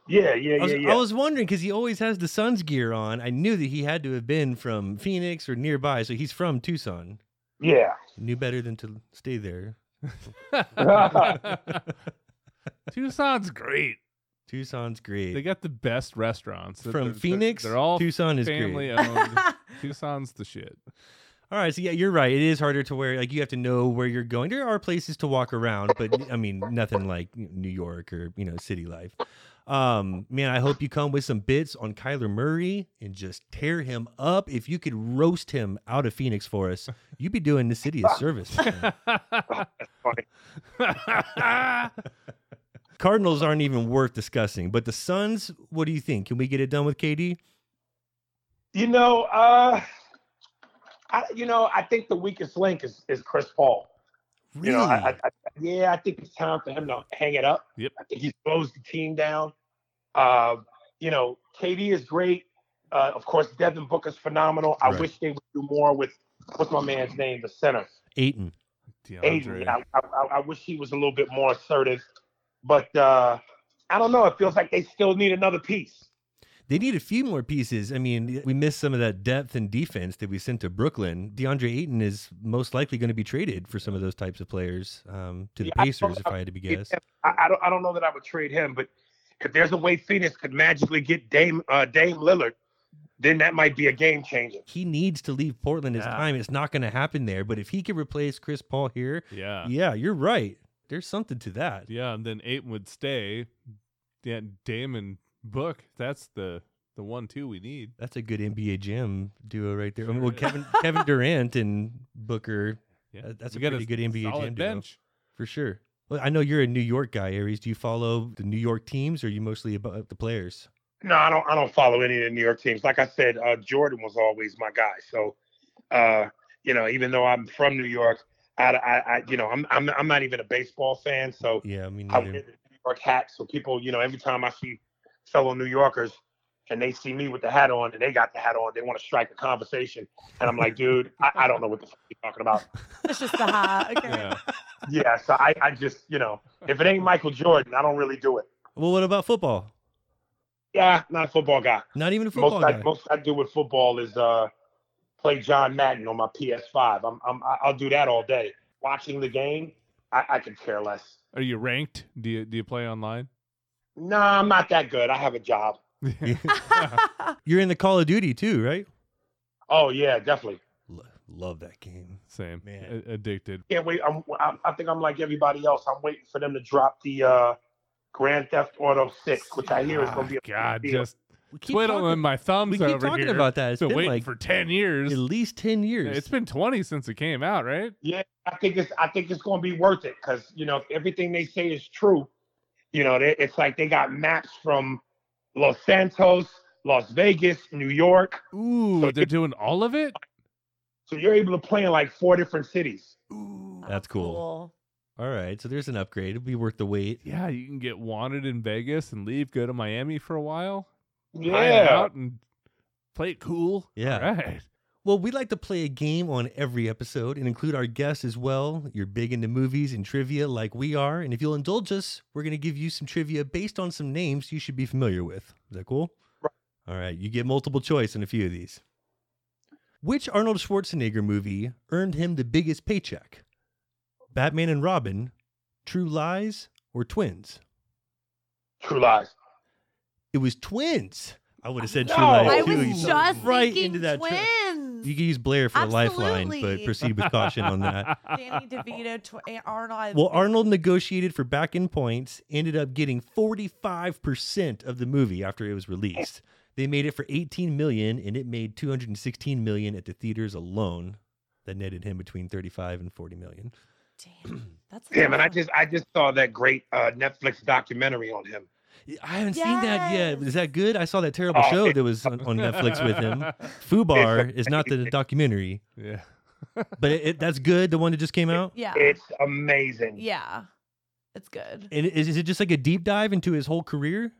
Speaker 5: Yeah, yeah,
Speaker 4: I was,
Speaker 5: yeah, yeah.
Speaker 4: I was wondering because he always has the Suns gear on. I knew that he had to have been from Phoenix or nearby, so he's from Tucson.
Speaker 5: yeah.
Speaker 4: Knew better than to stay there.
Speaker 6: Tucson's great.
Speaker 4: Tucson's
Speaker 6: They
Speaker 4: great.
Speaker 6: got the best restaurants They're-
Speaker 4: From
Speaker 6: they're- they're-
Speaker 4: Phoenix,
Speaker 6: They're all
Speaker 4: Tucson is great.
Speaker 6: family owned. Tucson's the shit.
Speaker 4: All right, so yeah, you're right. It is harder to wear. Like you have to know where you're going. There are places to walk around, but I mean, nothing like you know, New York or you know city life. Um, man, I hope you come with some bits on Kyler Murray and just tear him up. If you could roast him out of Phoenix for us, you'd be doing the city a service. man. Cardinals aren't even worth discussing, but the Suns. What do you think? Can we get it done with KD?
Speaker 5: You know, uh, I, you know, I think the weakest link is, is Chris Paul. You know, I, I, I, yeah, I think it's time for him to hang it up.
Speaker 6: Yep.
Speaker 5: I think he slows the team down. Uh, you know, KD is great. Uh, of course, Devin Booker's phenomenal. I
Speaker 4: Right.
Speaker 5: wish they would do more with what's my man's name, the center.
Speaker 4: Aiton.
Speaker 5: Aiden.
Speaker 6: DeAndre.
Speaker 5: I, I, I- I wish he was a little bit more assertive, but uh, I don't know. It feels like they still need another piece.
Speaker 4: They need a few more pieces. I mean, we missed some of that depth and defense that we sent to Brooklyn. DeAndre Ayton is most likely going to be traded for some of those types of players um, to the
Speaker 5: Yeah, I don't
Speaker 4: Pacers,
Speaker 5: know
Speaker 4: if I had to be guessed.
Speaker 5: I, I don't. I don't know that I would trade him, but if there's a way Phoenix could magically get Dame uh, Dame Lillard, then that might be a game changer.
Speaker 4: He needs to leave Portland. It's
Speaker 6: Yeah.
Speaker 4: time. It's not going to happen there. But if he can replace Chris Paul here,
Speaker 6: Yeah.
Speaker 4: yeah, you're right. There's something to that.
Speaker 6: Yeah, and then Aiton would stay. Yeah, Damon Book. That's the the one two we need.
Speaker 4: That's a good NBA gym duo right there. I mean,
Speaker 6: Sure
Speaker 4: well,
Speaker 6: is.
Speaker 4: Kevin Kevin Durant and Booker
Speaker 6: Yeah,
Speaker 4: That- that's
Speaker 6: we
Speaker 4: a
Speaker 6: got
Speaker 4: pretty good NBA
Speaker 6: solid
Speaker 4: jam duo.
Speaker 6: bench.
Speaker 4: for sure. Well, I know you're a New York guy, Aries. Do you follow the New York teams, or are you mostly about the players?
Speaker 5: No, I don't. I don't follow any of the New York teams. Like I said, uh, Jordan was always my guy. So, uh, you know, even though I'm from New York, I, I, I you know, I'm, I'm, I'm not even a baseball fan. So
Speaker 4: Yeah, I mean,
Speaker 5: I wear the New York hat. So people, you know, every time I see fellow New Yorkers and they see me with the hat on and they got the hat on, they want to strike a conversation. And I'm like, dude, I, I don't know what the fuck you're talking about.
Speaker 7: It's just the hat. Okay.
Speaker 6: Yeah.
Speaker 5: Yeah. So I, I just, you know, if it ain't Michael Jordan, I don't really do it.
Speaker 4: Well, what about football?
Speaker 5: Yeah, not a football guy.
Speaker 4: Not even a football
Speaker 5: most,
Speaker 4: guy.
Speaker 5: I, most I do with football is uh, play John Madden on my PS5. I'm, I'm I- I'll do that all day. Watching the game, I, I could care less.
Speaker 6: Are you ranked? Do you do you play online?
Speaker 5: No, I'm not that good. I have a job.
Speaker 4: You're in the Call of Duty too, right?
Speaker 5: Oh yeah, definitely.
Speaker 4: Lo- love that game.
Speaker 6: Same.
Speaker 4: Man.
Speaker 6: A- addicted.
Speaker 5: Can't wait. I'm, I, I think I'm like everybody else. I'm waiting for them to drop the uh, Grand Theft Auto Six, which I hear is going to be a
Speaker 6: Ah, God,
Speaker 5: big deal.
Speaker 6: just
Speaker 4: We keep
Speaker 6: twiddling
Speaker 4: talking,
Speaker 6: my thumbs
Speaker 4: we keep
Speaker 6: over
Speaker 4: talking
Speaker 6: here.
Speaker 4: about that. It's
Speaker 6: been,
Speaker 4: been
Speaker 6: waiting
Speaker 4: like
Speaker 6: for ten years.
Speaker 4: at least ten years.
Speaker 6: It's been twenty since it came out, right?
Speaker 5: Yeah, I think it's I think it's going to be worth it because you know if everything they say is true, you know they, it's like they got maps from Los Santos, Las Vegas, New York,
Speaker 6: Ooh, they're doing all of it.
Speaker 5: so you're able to play in like four different cities.
Speaker 4: That's cool. All right, so there's an upgrade. It'll be worth the wait.
Speaker 6: Yeah, you can get wanted in Vegas and leave, go to Miami for a while, hide
Speaker 5: Yeah,
Speaker 6: out and play it cool.
Speaker 4: Yeah.
Speaker 6: All right.
Speaker 4: Well, we like to play a game on every episode and include our guests as well. You're big into movies and trivia like we are. And if you'll indulge us, we're going to give you some trivia based on some names you should be familiar with. Is that cool?
Speaker 5: Right.
Speaker 4: All right. You get multiple choice on a few of these. Which Arnold Schwarzenegger movie earned him the biggest paycheck? Batman and Robin, True Lies, or Twins?
Speaker 5: True Lies.
Speaker 4: It was Twins. I would have said True
Speaker 5: No,
Speaker 7: I
Speaker 4: Lies too.
Speaker 7: was
Speaker 4: You
Speaker 7: just
Speaker 4: fell right
Speaker 7: thinking
Speaker 4: into that. trap.
Speaker 7: twins.
Speaker 4: You can use Blair for a lifeline, but
Speaker 7: Absolutely.
Speaker 4: proceed with caution on that.
Speaker 7: Danny DeVito, tw- Arnold.
Speaker 4: Well, Arnold negotiated for back end points, ended up getting 45% of the movie after it was released. They made it for 18 million and it made 216 million at the theaters alone. That netted him between 35 and 40 million.
Speaker 7: Damn, that's a
Speaker 5: Damn, and I
Speaker 7: lot.
Speaker 5: just I just saw that great uh, Netflix documentary on him.
Speaker 4: I haven't seen that yet. Is
Speaker 7: Yes.
Speaker 4: that good? I saw that terrible
Speaker 5: Oh,
Speaker 4: show
Speaker 5: it-
Speaker 4: that was on, on Netflix with him. Fubar is not the documentary,
Speaker 6: Yeah.
Speaker 4: but it, it, that's good. The one that just came out.
Speaker 7: Yeah.
Speaker 5: It's amazing. Yeah,
Speaker 7: yeah. It's good.
Speaker 4: And is, is it just like a deep dive into his whole career?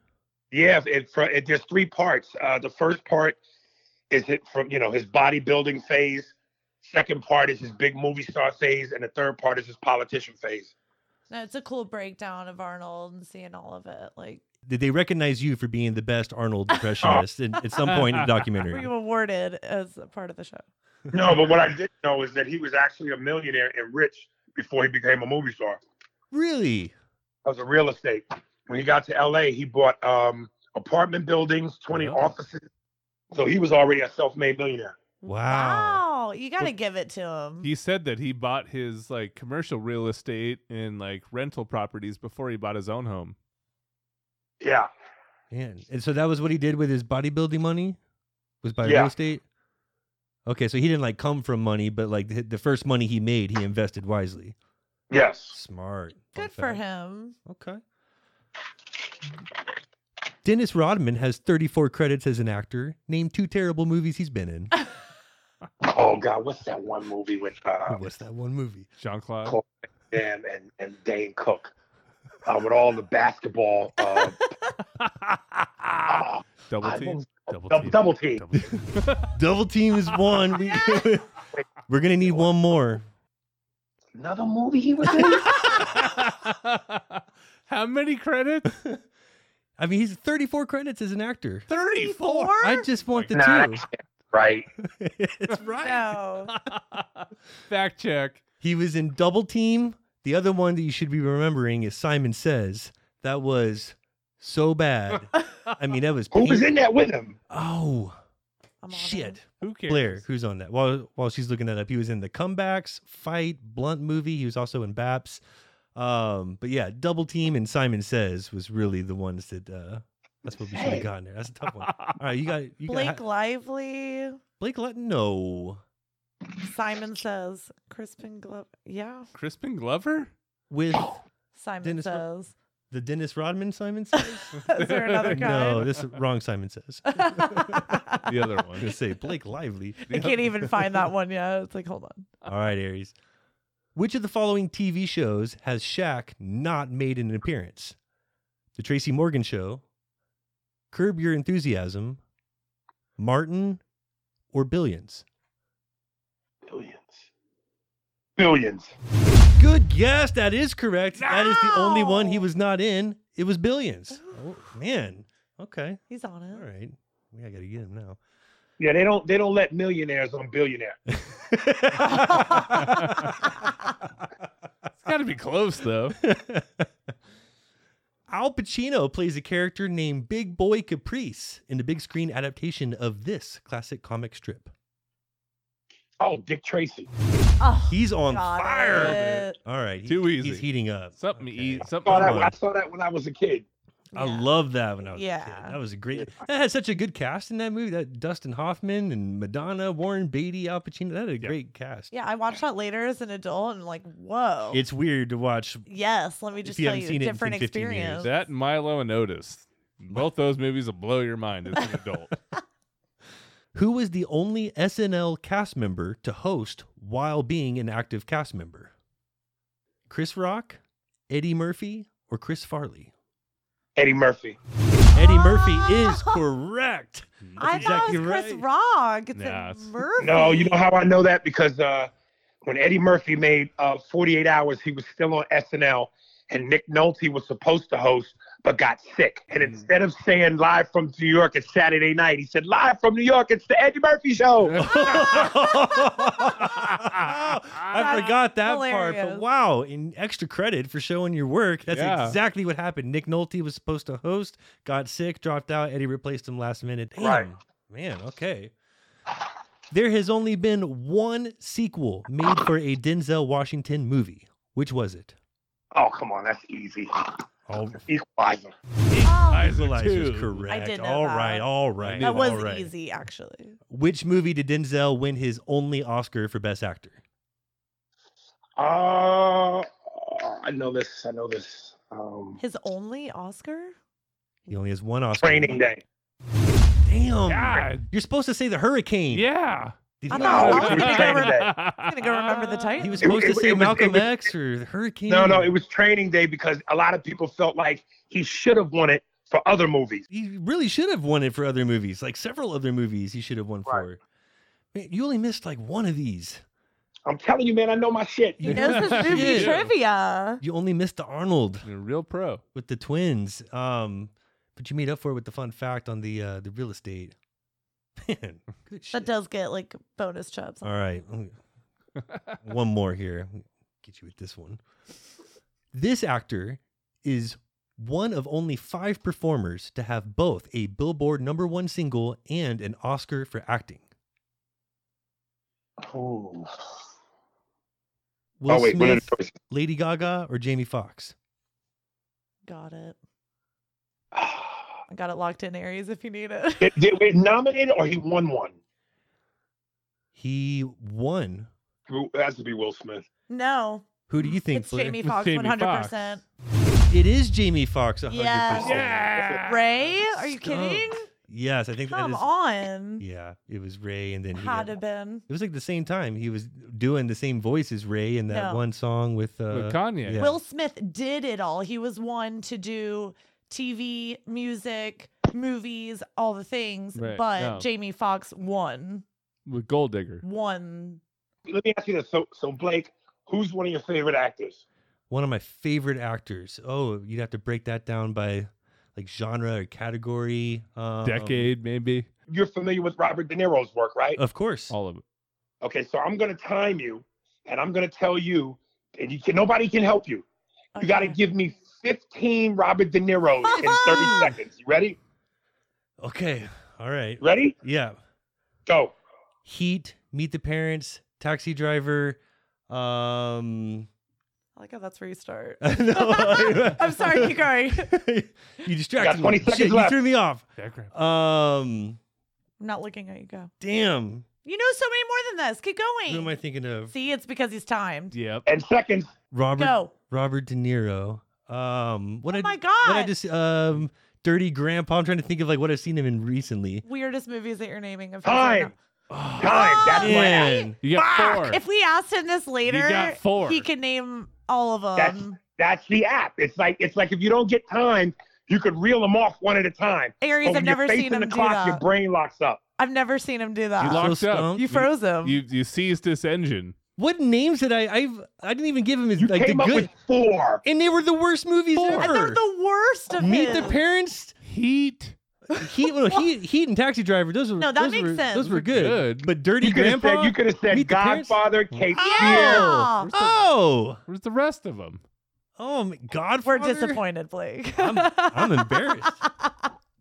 Speaker 5: it, fr it there's three parts. Uh, the first part is it from you know his bodybuilding phase. Second part is his big movie star phase, and the third part is his politician phase.
Speaker 7: No, it's a cool breakdown of Arnold and seeing all of it. Like
Speaker 4: Did they recognize you for being the best Arnold impressionist in, at some point in the documentary?
Speaker 7: we were awarded as a part of the show.
Speaker 5: No, but what I did know is that he was actually a millionaire and rich before he became a movie star.
Speaker 4: Really?
Speaker 5: I was a real estate. When he got to LA, he bought um, apartment buildings, 20
Speaker 4: Wow.
Speaker 5: offices. So he was already a self made millionaire.
Speaker 4: Wow.
Speaker 7: Wow, You got to give it to him.
Speaker 6: He said that he bought his like commercial real estate and like rental properties before he bought his own home.
Speaker 5: Yeah.
Speaker 4: Man. And so that was what he did with his bodybuilding money? Was by real
Speaker 5: Yeah.
Speaker 4: estate? Okay, so he didn't like come from money, but like the, the first money he made, he invested wisely.
Speaker 5: Yes.
Speaker 4: Smart. Fun
Speaker 7: good for
Speaker 4: fact.
Speaker 7: him.
Speaker 4: Okay. Dennis Rodman has 34 credits as an actor. Name two terrible movies he's been in.
Speaker 5: Oh, God. What's that one movie with uh,
Speaker 4: What's that one movie?
Speaker 6: Jean Claude.
Speaker 5: Cool. Dam and, and Dane Cook? Uh, with all the basketball. Uh, oh,
Speaker 6: Double
Speaker 5: I
Speaker 6: team.
Speaker 5: was- dou- double team.
Speaker 6: Double team.
Speaker 4: Double team is one. We, we're gonna need one more.
Speaker 5: another movie he was in?
Speaker 6: How many credits?
Speaker 4: I mean, he's 34 credits as an actor.
Speaker 6: 34?
Speaker 4: I just want the
Speaker 5: Nah,
Speaker 4: two.
Speaker 5: right?
Speaker 4: That's right.
Speaker 7: No.
Speaker 6: Fact check.
Speaker 4: He was in Double Team. The other one that you should be remembering is Simon Says. That was so bad. I mean, that was.
Speaker 5: Who was
Speaker 4: pain-
Speaker 5: in that with him?
Speaker 4: Oh
Speaker 7: I'm on it.
Speaker 4: shit,
Speaker 6: Who cares?
Speaker 4: Blair, who's on that? While while she's looking that up, he was in the Comebacks, Fight, Blunt movie. He was also in Baps. Um, but yeah, Double Team and Simon Says was really the ones that. Uh, that's what we should have
Speaker 5: Hey.
Speaker 4: gotten there. That's a tough one. All right, you got you
Speaker 7: Blake
Speaker 4: got ha-
Speaker 7: Lively.
Speaker 4: Blake Lutton. No,
Speaker 7: Simon says. Crispin Glover. Yeah.
Speaker 6: Crispin Glover?
Speaker 4: with
Speaker 7: Simon
Speaker 4: Dennis Ro-
Speaker 7: says.
Speaker 4: the Dennis Rodman Simon Says.
Speaker 7: Is there another guy?
Speaker 4: no, this is wrong. Simon Says.
Speaker 6: The other
Speaker 4: I'm gonna
Speaker 6: one.
Speaker 4: say Blake Lively.
Speaker 7: I can't even find that one yet. It's like, hold on.
Speaker 4: All right, Aries. Which of the following TV shows has Shaq not made an appearance? The Tracy Morgan Show, Curb Your Enthusiasm, Martin, or Billions?
Speaker 5: Billions. Billions.
Speaker 4: Good guess. That is correct. That is the only one he
Speaker 7: No!
Speaker 4: was not in. It was Billions. Oh, man. Okay.
Speaker 7: He's on
Speaker 4: All
Speaker 7: it.
Speaker 4: right. We got to get him now.
Speaker 5: Yeah, they don't they don't let millionaires on billionaire.
Speaker 6: It's got to be close, though.
Speaker 4: Al Pacino plays a character named Big Boy Caprice in the big screen adaptation of this classic comic strip.
Speaker 5: Oh, Dick Tracy.
Speaker 7: Oh,
Speaker 4: He's on
Speaker 7: got
Speaker 4: fire.
Speaker 7: it.
Speaker 4: All right. he-
Speaker 6: Too easy.
Speaker 4: He's heating up.
Speaker 6: Something to
Speaker 4: Okay.
Speaker 6: eat.
Speaker 5: I saw,
Speaker 6: Something.
Speaker 5: that,
Speaker 6: to
Speaker 5: I saw that when I was a kid.
Speaker 4: I
Speaker 7: Yeah.
Speaker 4: love that when I was a
Speaker 7: Yeah.
Speaker 4: kid. That was a great. That had such a good cast in that movie. That Dustin Hoffman and Madonna, Warren Beatty, Al Pacino. That had a great cast.
Speaker 7: Yeah, I watched that later as an adult and like, whoa.
Speaker 4: It's weird to watch.
Speaker 7: yes, let me just
Speaker 4: you
Speaker 7: tell
Speaker 4: haven't
Speaker 7: you,
Speaker 4: seen it in
Speaker 7: different
Speaker 4: 10, 15 years.
Speaker 7: experience.
Speaker 6: That and Milo and Otis. Both those movies will blow your mind as an adult.
Speaker 4: Who was the only SNL cast member to host while being an active cast member? Chris Rock, Eddie Murphy, or Chris Farley?
Speaker 5: Eddie Murphy.
Speaker 4: Eddie Murphy is correct.
Speaker 7: I
Speaker 4: That's
Speaker 7: thought it was
Speaker 4: exactly
Speaker 7: Chris
Speaker 4: right.
Speaker 7: Rock. It's
Speaker 6: Nah,
Speaker 7: a
Speaker 6: it's-
Speaker 7: Murphy.
Speaker 5: No, you know how I know that because uh, when Eddie Murphy made uh, 48 Hours, he was still on SNL, and Nick Nolte was supposed to host but got sick. And instead of saying live from New York, it's Saturday night. He said live from New York. It's the Eddie Murphy Show.
Speaker 4: I
Speaker 7: That's
Speaker 4: forgot that part, but
Speaker 7: hilarious.
Speaker 4: wow, in extra credit for showing your work. That's
Speaker 6: Yeah.
Speaker 4: exactly what happened. Nick Nolte was supposed to host, got sick, dropped out. Eddie replaced him last minute. Damn,
Speaker 5: Right.
Speaker 4: Man, okay. There has only been one sequel made for a Denzel Washington movie. Which was it?
Speaker 5: oh, come on, that's easy.
Speaker 4: All
Speaker 5: Equalizer.
Speaker 7: Oh,
Speaker 4: Equalizer's
Speaker 6: two.
Speaker 4: correct.
Speaker 7: did know
Speaker 4: All
Speaker 7: that.
Speaker 4: right, all right.
Speaker 7: that
Speaker 4: all
Speaker 7: was
Speaker 4: right.
Speaker 7: easy, actually.
Speaker 4: Which movie did Denzel win his only Oscar for Best Actor?
Speaker 5: Uh, I know this. I know this. Um,
Speaker 7: His only Oscar?
Speaker 4: He only has one Oscar.
Speaker 5: training day.
Speaker 4: Damn.
Speaker 6: God.
Speaker 4: You're supposed to say the hurricane.
Speaker 6: Yeah.
Speaker 4: Did
Speaker 7: I
Speaker 4: he,
Speaker 7: thought I
Speaker 5: No, it
Speaker 7: was
Speaker 5: was
Speaker 7: gonna Oh, go,
Speaker 5: Training
Speaker 7: remember,
Speaker 5: Day.
Speaker 7: I'm gonna go remember the title.
Speaker 4: he was
Speaker 5: It-
Speaker 4: supposed
Speaker 5: it-
Speaker 4: to say
Speaker 5: it was-
Speaker 4: Malcolm
Speaker 5: it was-
Speaker 4: X or the hurricane.
Speaker 5: No, no, it was training day because a lot of people felt like he should have won it for other movies.
Speaker 4: He really should have won it for other movies, like several other movies. He should have won for. Man, you only missed like one of these.
Speaker 5: I'm telling you, man, I know my shit.
Speaker 7: He knows his movie
Speaker 4: Yeah.
Speaker 7: trivia.
Speaker 4: You only missed the Arnold
Speaker 6: You're a real pro.
Speaker 4: with the twins. Um, but you made up for it with the fun fact on the uh, the real estate. Man, good
Speaker 7: That
Speaker 4: shit.
Speaker 7: does get like bonus chubs.
Speaker 4: All right. let me- one more here. Get you with this one. This actor is one of only five performers to have both a Billboard number one single and an Oscar for acting.
Speaker 5: Ooh.
Speaker 4: Will
Speaker 5: Oh wait, what are the
Speaker 4: Smith,
Speaker 5: choices?
Speaker 4: Lady Gaga, or Jamie Foxx?
Speaker 7: Got it. I got it locked in Aries if you need it.
Speaker 5: Did, did we nominated or he won one?
Speaker 4: He won.
Speaker 5: It has to be Will Smith.
Speaker 7: No,
Speaker 4: Who do you think?
Speaker 7: it's
Speaker 4: Blair?
Speaker 7: Jamie
Speaker 6: With
Speaker 7: Foxx,
Speaker 6: Jamie
Speaker 7: one hundred percent.
Speaker 4: It is Jamie Foxx. 100%.
Speaker 7: Yes. Ray, are you kidding?
Speaker 4: Stumped. Yes, I think that
Speaker 7: Come
Speaker 4: is-
Speaker 7: on,
Speaker 4: Yeah, it was Ray, and then he had-
Speaker 7: had to been.
Speaker 4: It was like the same time. He was doing the same voice as Ray in that
Speaker 7: No.
Speaker 4: one song with, uh,
Speaker 6: With Kanye.
Speaker 4: yeah.
Speaker 7: Will Smith did it all. He was one to do TV, music, movies, all the things.
Speaker 6: Right,
Speaker 7: But
Speaker 6: no.
Speaker 7: Jamie Foxx won.
Speaker 6: With Gold Digger.
Speaker 7: Won.
Speaker 5: Let me ask you this. So, so Blake, who's one of your favorite actors?
Speaker 4: one of my favorite actors. Oh, you'd have to break that down by like genre or category? Um,
Speaker 6: Decade, maybe.
Speaker 5: You're familiar with Robert De Niro's work, right?
Speaker 4: Of course.
Speaker 6: All of it.
Speaker 5: Okay, so I'm gonna time you, and I'm gonna tell you, and you can nobody can help you. You got to
Speaker 7: Okay.
Speaker 5: give me 15 Robert De Niro's in 30 seconds. You ready?
Speaker 4: Okay. All right.
Speaker 5: Ready?
Speaker 4: Yeah.
Speaker 5: Go.
Speaker 4: Heat, Meet the Parents, Taxi Driver. Um,
Speaker 7: I like how that's where you start.
Speaker 4: I know.
Speaker 7: I'm sorry, keep going.
Speaker 4: you distracted me.
Speaker 5: 20
Speaker 4: Shit,
Speaker 5: seconds
Speaker 4: you
Speaker 5: left.
Speaker 4: threw me off.
Speaker 6: Background.
Speaker 4: Um,
Speaker 7: I'm not looking at you go.
Speaker 4: damn.
Speaker 7: You know so many more than this. Keep
Speaker 4: Who am
Speaker 7: going.
Speaker 4: I thinking of?
Speaker 7: See, it's because he's timed.
Speaker 6: Yep.
Speaker 5: And seconds.
Speaker 4: Robert.
Speaker 7: Go.
Speaker 4: Robert De Niro. Um, what
Speaker 7: Oh
Speaker 4: I,
Speaker 7: my
Speaker 4: What I
Speaker 7: God.
Speaker 4: just um, Dirty Grandpa. I'm trying to think of like what I've seen him in recently.
Speaker 7: Weirdest movies that you're naming. Of his right
Speaker 5: Time.
Speaker 7: now.
Speaker 5: Time. That's my app.
Speaker 4: Man.
Speaker 6: You got four.
Speaker 7: If we asked him this later,
Speaker 6: got four.
Speaker 7: he could name all of
Speaker 5: That's
Speaker 7: them.
Speaker 5: that's the app. It's like it's like if you don't get time, you could reel them off one at a time.
Speaker 7: Aries,
Speaker 5: But
Speaker 7: I've
Speaker 5: when Oh,
Speaker 7: never
Speaker 5: you're
Speaker 7: seen
Speaker 5: facing
Speaker 7: him
Speaker 5: the
Speaker 7: do
Speaker 5: clock, Your
Speaker 7: that.
Speaker 5: brain locks up.
Speaker 7: I've never seen him do that.
Speaker 6: You locked up.
Speaker 4: stumped.
Speaker 7: You froze him.
Speaker 6: You you seized this engine.
Speaker 4: What names did I? I've I didn't even give him his
Speaker 5: You
Speaker 4: like the
Speaker 5: came up
Speaker 4: good.
Speaker 5: with four.
Speaker 4: and they were the worst movies
Speaker 7: and
Speaker 4: ever.
Speaker 7: they're the worst of
Speaker 4: Meet the
Speaker 7: his.
Speaker 4: Parents,
Speaker 6: Heat.
Speaker 4: Heat, well, Heat, Heat, and Taxi Driver. Those were
Speaker 7: No, that
Speaker 4: those
Speaker 7: makes
Speaker 4: were,
Speaker 7: sense.
Speaker 4: Those were
Speaker 6: Those are
Speaker 4: good.
Speaker 6: good.
Speaker 4: But Dirty
Speaker 5: You could have
Speaker 4: Grandpa.
Speaker 5: said you could have said
Speaker 4: Meet the Parents.
Speaker 5: Godfather, Cape Fear.
Speaker 7: Yeah.
Speaker 6: Where's the-
Speaker 4: Oh,
Speaker 6: Where's the rest of them?
Speaker 4: oh, my God,
Speaker 7: We're disappointed, Blake.
Speaker 4: I'm, I'm embarrassed.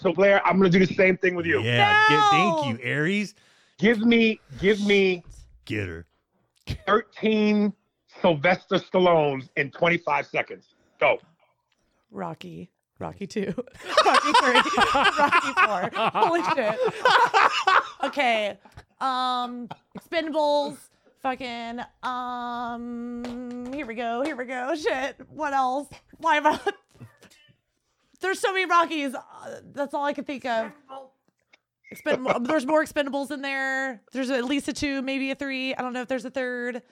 Speaker 5: So Blair, I'm gonna do the same thing with you.
Speaker 4: Yeah, get-
Speaker 7: No.
Speaker 4: thank you, Aries.
Speaker 5: Give me give me
Speaker 4: Get her.
Speaker 5: 13 Sylvester Stallones in 25 seconds. Go.
Speaker 7: Rocky. Rocky two. Rocky three. Rocky four. Holy shit. okay. Um expendables. Fucking um here we go, here we go. Shit. What else? Why am I There's so many Rockies. Uh, that's all I can think of. Expendable. um, There's more expendables in there. There's at least a two, maybe a three. I don't know if there's a third.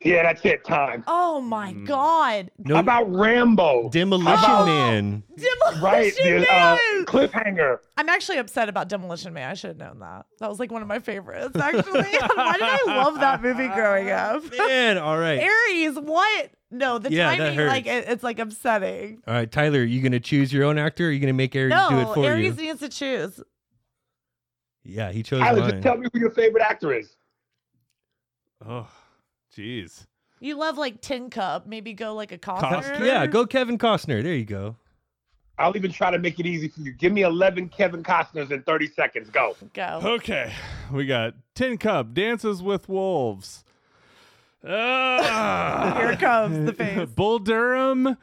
Speaker 5: Yeah, that's it. Time.
Speaker 7: Oh my god.
Speaker 5: How about Rambo?
Speaker 4: Demolition
Speaker 5: How about-
Speaker 4: Man.
Speaker 7: Demolition
Speaker 5: Right, the, uh,
Speaker 7: Man!
Speaker 5: cliffhanger.
Speaker 7: I'm actually upset about Demolition Man. I should have known that. That was like one of my favorites, actually. Why did I love that movie growing up?
Speaker 4: Man, all right,
Speaker 7: Aries, what? No, the
Speaker 4: Yeah, that
Speaker 7: timing, like,
Speaker 4: hurts.
Speaker 7: it, it's like upsetting.
Speaker 4: all right, Tyler. You gonna choose your own actor? or You gonna make Aries do it
Speaker 7: No,
Speaker 4: for
Speaker 7: Aries
Speaker 4: you?
Speaker 7: needs to choose.
Speaker 4: Yeah, he chose
Speaker 5: Tyler,
Speaker 4: mine.
Speaker 5: just tell me who your favorite actor is.
Speaker 6: Oh, jeez.
Speaker 7: You love like Tin Cup. Maybe go like a Costner.
Speaker 6: Costner?
Speaker 4: yeah, go Kevin Costner. There you go.
Speaker 5: I'll even try to make it easy for you. Give me 11 Kevin Costners in 30 seconds. Go.
Speaker 7: Go.
Speaker 6: Okay, we got Tin Cup Dances with Wolves. Ah.
Speaker 7: Here comes the face.
Speaker 6: Bull Durham,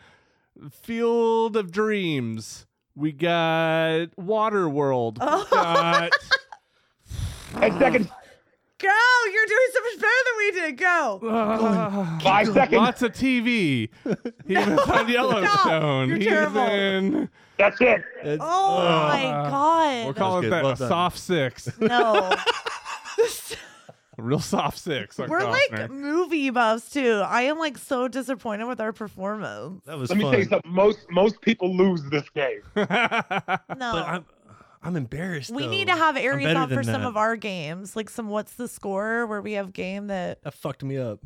Speaker 6: Field of Dreams. We got Waterworld.
Speaker 7: Oh.
Speaker 6: We got
Speaker 5: 10 seconds.
Speaker 7: Go. You're doing so much better than we did. Go.
Speaker 6: ah,
Speaker 5: Five seconds.
Speaker 6: lots of TV. He was on Yellowstone.
Speaker 7: You're
Speaker 6: He's
Speaker 7: terrible.
Speaker 6: in.
Speaker 5: That's it.
Speaker 7: Oh my God.
Speaker 6: We'll call
Speaker 4: good.
Speaker 6: it that
Speaker 4: Well
Speaker 6: a
Speaker 4: done.
Speaker 6: soft six.
Speaker 7: no.
Speaker 6: A real soft six. on
Speaker 7: We're like
Speaker 6: Costner.
Speaker 7: movie buffs too. I am like so disappointed with our performance.
Speaker 4: That was
Speaker 5: Let me
Speaker 4: fun.
Speaker 5: tell you something. Most most people lose this game.
Speaker 7: No.
Speaker 4: But I'm, I'm embarrassed.
Speaker 7: we
Speaker 4: though.
Speaker 7: need to have
Speaker 4: I'm
Speaker 7: Aries
Speaker 4: better
Speaker 7: on for
Speaker 4: than
Speaker 7: some
Speaker 4: that.
Speaker 7: of our games, like some what's the score where we have game that
Speaker 4: That fucked me up.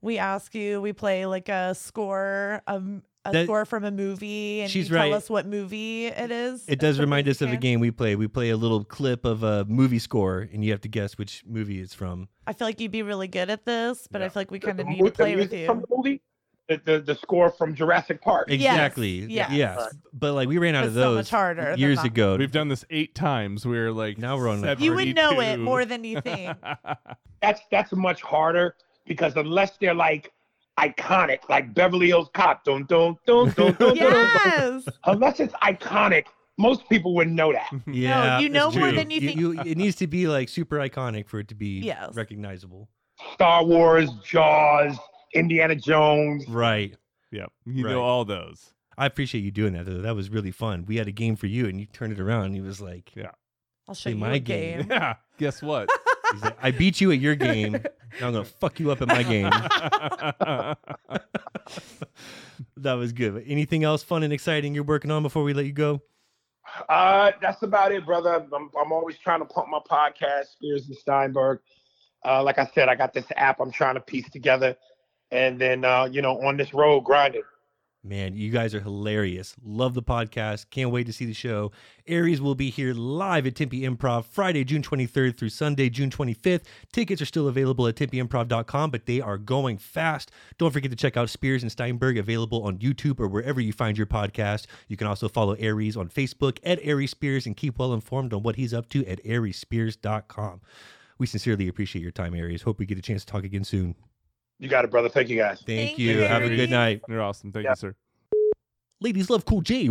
Speaker 7: we ask you, we play like a score, um, a
Speaker 4: That-
Speaker 7: score from a movie, and
Speaker 4: She's
Speaker 7: you
Speaker 4: right.
Speaker 7: tell us what movie it is.
Speaker 4: It does
Speaker 7: Something
Speaker 4: remind
Speaker 7: you
Speaker 4: us of a
Speaker 7: can-
Speaker 4: game we play. We play a little clip of a movie score, and you have to guess which movie it's from.
Speaker 7: I feel like you'd be really good at this, but I feel like we kind
Speaker 5: The
Speaker 7: of need to
Speaker 5: mu- the
Speaker 7: play
Speaker 5: music
Speaker 7: with you.
Speaker 5: From the movie, the, the, the score from Jurassic Park.
Speaker 4: Exactly.
Speaker 7: yes.
Speaker 4: Yeah. But like we ran out
Speaker 7: It's
Speaker 4: of
Speaker 7: so
Speaker 4: those
Speaker 7: much harder than
Speaker 4: years
Speaker 7: that.
Speaker 4: ago.
Speaker 6: We've done this eight times. We're like
Speaker 4: Now we're on, like,
Speaker 7: You would know it
Speaker 6: 72.
Speaker 7: more than you think.
Speaker 5: That's that's much harder because unless they're like iconic, like Beverly Hills Cop, don't don't don't don't don't
Speaker 7: yes.
Speaker 5: Unless it's iconic, most people wouldn't know that.
Speaker 4: yeah.
Speaker 7: you
Speaker 4: that's
Speaker 7: know more
Speaker 4: true.
Speaker 7: than you think.
Speaker 4: it needs to be like super iconic for it to be
Speaker 7: Yes.
Speaker 4: recognizable.
Speaker 5: Star Wars, Jaws, Indiana Jones.
Speaker 4: Right.
Speaker 6: Yep. You
Speaker 4: Right.
Speaker 6: know all those.
Speaker 4: I appreciate you doing that though. That was really fun. We had a game for you and you turned it around and he was like,
Speaker 7: I'll show
Speaker 4: Play
Speaker 7: you
Speaker 4: my
Speaker 7: a
Speaker 4: game.
Speaker 7: game.
Speaker 6: Yeah. Guess what?
Speaker 4: he's like, I beat you at your game. Now I'm gonna fuck you up at my game. that was good. Anything else fun and exciting you're working on before we let you go?
Speaker 5: Uh, that's about it, brother. I'm, I'm always trying to pump my podcast, Spears and Steinberg. Uh, like I said, I got this app I'm trying to piece together, and then uh, you know, on this road grinding.
Speaker 4: Man, you guys are hilarious. Love the podcast. Can't wait to see the show. Aries will be here live at Tempe Improv Friday, June 23rd through Sunday, June 25th. Tickets are still available at tempeimprov.com, but they are going fast. Don't forget to check out Spears and Steinberg available on YouTube or wherever you find your podcast. You can also follow Aries on Facebook at Aries Spears and keep well informed on what he's up to at ariesspears.com. We sincerely appreciate your time, Aries. Hope we get a chance to talk again soon.
Speaker 5: You got it, brother. Thank you, guys.
Speaker 4: Thank,
Speaker 7: Thank
Speaker 4: you.
Speaker 7: you,
Speaker 4: Have a good
Speaker 7: Aries.
Speaker 4: night.
Speaker 6: You're awesome. Thank
Speaker 5: Yeah.
Speaker 6: you, sir.
Speaker 4: Ladies love Cool J.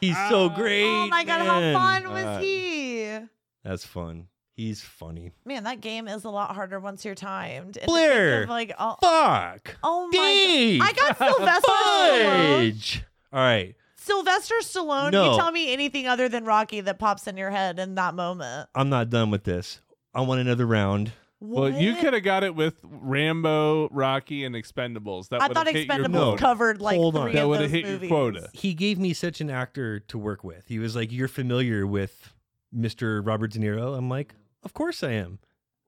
Speaker 4: He's so great.
Speaker 7: Oh my god,
Speaker 4: man.
Speaker 7: how fun was
Speaker 6: Uh,
Speaker 7: he?
Speaker 4: That's fun. He's funny.
Speaker 7: Man, that game is a lot harder once you're timed. And to think
Speaker 4: Blair.
Speaker 7: of, like, oh,
Speaker 4: Fuck.
Speaker 7: oh my.
Speaker 4: Dave.
Speaker 7: I got Sylvester Stallone.
Speaker 4: Fudge. All right.
Speaker 7: Sylvester Stallone.
Speaker 4: No.
Speaker 7: You tell me anything other than Rocky that pops in your head in that moment.
Speaker 4: I'm not done with this. I want another round.
Speaker 6: Well, you
Speaker 7: What?
Speaker 6: could have got it with Rambo, Rocky, and Expendables. That
Speaker 7: I
Speaker 6: would
Speaker 7: thought
Speaker 6: have hit your
Speaker 7: Expendables
Speaker 4: quota.
Speaker 6: quota.
Speaker 7: covered like
Speaker 4: Hold on.
Speaker 7: three
Speaker 6: That
Speaker 7: of
Speaker 6: would
Speaker 7: those
Speaker 6: have hit your
Speaker 7: movies.
Speaker 6: quota.
Speaker 4: He gave me such an actor to work with. He was like, You're familiar with Mr. Robert De Niro? I'm like, Of course I am.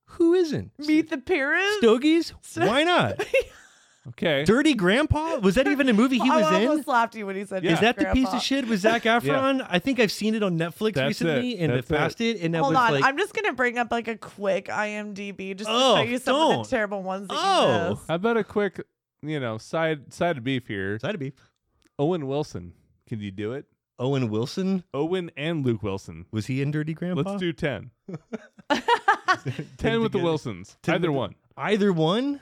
Speaker 4: Who isn't?
Speaker 7: Meet the Parents.
Speaker 4: Stogies? Why not?
Speaker 6: Okay.
Speaker 4: Dirty Grandpa? Was that even a movie he was
Speaker 7: Oh, I
Speaker 4: in?
Speaker 7: almost slapped you when he said
Speaker 6: Yeah.
Speaker 4: Is that
Speaker 7: Grandpa.
Speaker 4: the piece of shit with Zach Efron? I think I've seen it on Netflix
Speaker 6: That's
Speaker 4: recently
Speaker 6: it.
Speaker 4: and
Speaker 6: That's
Speaker 4: I've passed it. and that
Speaker 7: Hold
Speaker 4: was
Speaker 7: on,
Speaker 4: like,
Speaker 7: I'm just gonna bring up like a quick IMDb just to
Speaker 4: Oh,
Speaker 7: show you some
Speaker 4: don't.
Speaker 7: of the terrible ones. That
Speaker 4: Oh.
Speaker 7: you missed.
Speaker 6: How about a quick, you know, side side of beef here?
Speaker 4: that'd be
Speaker 6: Owen Wilson. Can you do it?
Speaker 4: Owen Wilson.
Speaker 6: Owen and Luke Wilson.
Speaker 4: Was he in Dirty Grandpa?
Speaker 6: Let's do 10. 10 with the
Speaker 4: together.
Speaker 6: Wilsons.
Speaker 4: 10
Speaker 6: Either
Speaker 4: with the-
Speaker 6: one.
Speaker 4: either one.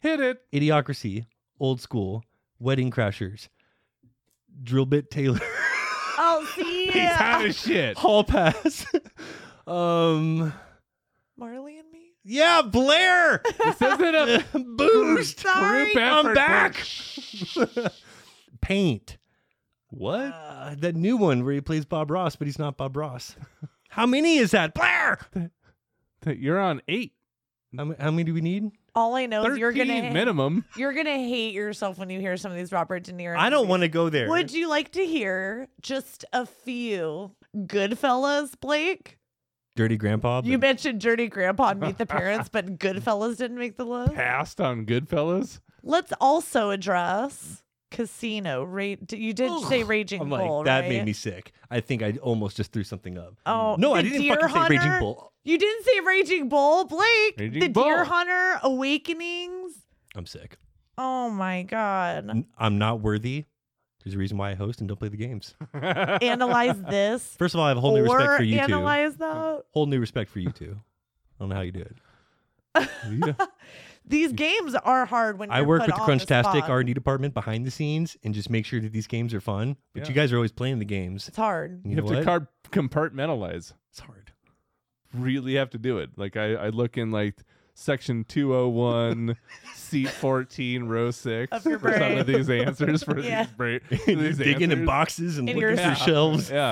Speaker 6: Hit it.
Speaker 4: Idiocracy, Old School, Wedding Crashers, Drill Bit Taylor,
Speaker 7: Oh, see,
Speaker 6: He's hot as shit.
Speaker 4: Hall Pass. um,
Speaker 7: Marley and me.
Speaker 4: yeah, Blair.
Speaker 6: This isn't a
Speaker 4: Boost.
Speaker 6: group effort.
Speaker 4: I'm
Speaker 6: but-
Speaker 4: back. Paint.
Speaker 6: What?
Speaker 4: Uh, that new one where he plays Bob Ross, but he's not Bob Ross. How many is that, Blair?
Speaker 6: That You're on eight.
Speaker 4: How, m- how many do we need?
Speaker 7: All I know is
Speaker 6: 13
Speaker 7: you're gonna
Speaker 6: minimum.
Speaker 7: you're gonna hate yourself when you hear some of these Robert De Niro.
Speaker 4: I don't want to go there.
Speaker 7: Would you like to hear just a few Goodfellas, Blake?
Speaker 4: Dirty Grandpa.
Speaker 7: You
Speaker 4: but-
Speaker 7: mentioned Dirty Grandpa and Meet the Parents, but Goodfellas didn't make the list.
Speaker 6: Passed on Goodfellas.
Speaker 7: Let's also address Casino. Ra- d- you did say Raging
Speaker 4: I'm like,
Speaker 7: Bull,
Speaker 4: that
Speaker 7: right?
Speaker 4: made me sick. I think I almost just threw something up.
Speaker 7: Oh,
Speaker 4: no, I
Speaker 7: The
Speaker 4: didn't
Speaker 7: Deer
Speaker 4: fucking say Raging
Speaker 7: Hunter?
Speaker 4: Bull.
Speaker 7: You didn't say Raging Bull, Blake.
Speaker 6: Raging
Speaker 7: the Deer
Speaker 6: Bull.
Speaker 7: Hunter Awakenings.
Speaker 4: I'm sick.
Speaker 7: Oh my God.
Speaker 4: N- I'm not worthy. There's a reason why I host and don't play the games.
Speaker 7: analyze this
Speaker 4: First of all, I have a whole new respect
Speaker 7: or
Speaker 4: for you two.
Speaker 7: analyze that.
Speaker 4: Whole new respect for you two. I don't know how you do it.
Speaker 6: Yeah.
Speaker 7: These games are hard when
Speaker 4: I
Speaker 7: you're
Speaker 4: work
Speaker 7: put
Speaker 4: with the
Speaker 7: on the
Speaker 4: Crunchtastic
Speaker 7: spot.
Speaker 4: R and D department behind the scenes and just make sure that these games are fun. But
Speaker 6: Yeah.
Speaker 4: you guys are always playing the games.
Speaker 7: It's hard.
Speaker 4: You,
Speaker 6: You
Speaker 4: know
Speaker 6: have
Speaker 4: what?
Speaker 6: to car- compartmentalize.
Speaker 4: it's hard.
Speaker 6: Really have to do it. Like I, I look in like section 201, seat 14, row 6
Speaker 7: Of
Speaker 6: for
Speaker 7: your
Speaker 6: some
Speaker 7: brain.
Speaker 6: of these answers for
Speaker 7: Yeah.
Speaker 6: these, bra- for
Speaker 4: You're
Speaker 6: these
Speaker 4: digging in
Speaker 6: answers.
Speaker 4: boxes and
Speaker 7: In
Speaker 4: looking
Speaker 7: your-
Speaker 4: for
Speaker 7: Yeah.
Speaker 4: shelves.
Speaker 6: Yeah.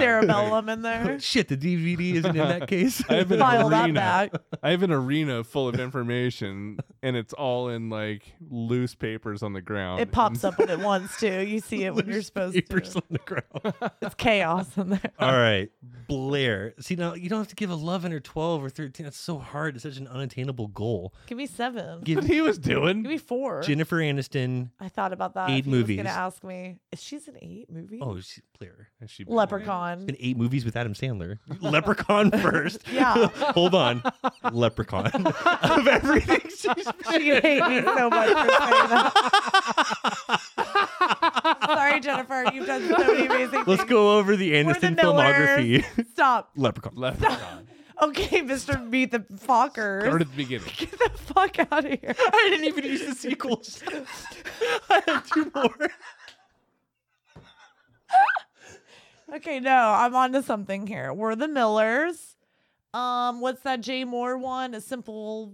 Speaker 7: Cerebellum in there.
Speaker 4: Shit, the DVD isn't in that case.
Speaker 6: I have an
Speaker 7: File that
Speaker 6: arena.
Speaker 7: back.
Speaker 6: I have an arena full of information, and it's all in like loose papers on the ground.
Speaker 7: It pops up when it wants to. You see it when you're supposed
Speaker 4: Papers
Speaker 7: to.
Speaker 4: on the ground.
Speaker 7: It's chaos in there.
Speaker 4: All right, Blair. See now, you don't have to give eleven or twelve or thirteen. That's so hard. It's such an unattainable goal.
Speaker 7: Give me seven. Give,
Speaker 6: That's what he was doing.
Speaker 7: me four.
Speaker 4: Jennifer Aniston.
Speaker 7: I thought about that.
Speaker 4: Eight
Speaker 7: He was
Speaker 4: movies.
Speaker 7: Gonna ask me, is she's an eight movie?
Speaker 4: Oh, she, Blair.
Speaker 6: And she-
Speaker 7: Leprechaun.
Speaker 4: Been eight movies with Adam Sandler. Leprechaun first.
Speaker 7: Yeah.
Speaker 4: Hold on. Leprechaun. of everything she's been
Speaker 7: You hate me so much for saying that. Sorry, Jennifer. You've done so many amazing
Speaker 4: Let's
Speaker 7: things.
Speaker 4: go over the
Speaker 7: We're the
Speaker 4: Aniston
Speaker 7: Millers.
Speaker 4: filmography.
Speaker 7: Stop.
Speaker 4: Leprechaun.
Speaker 6: Leprechaun.
Speaker 7: Okay, Mr. Meet the Fockers.
Speaker 6: Start at the beginning.
Speaker 7: Get the fuck out of here.
Speaker 4: I didn't even use the sequels. I had two more.
Speaker 7: Okay, no, I'm on to something here. We're the Millers. Um, what's that Jay Moore one? A simple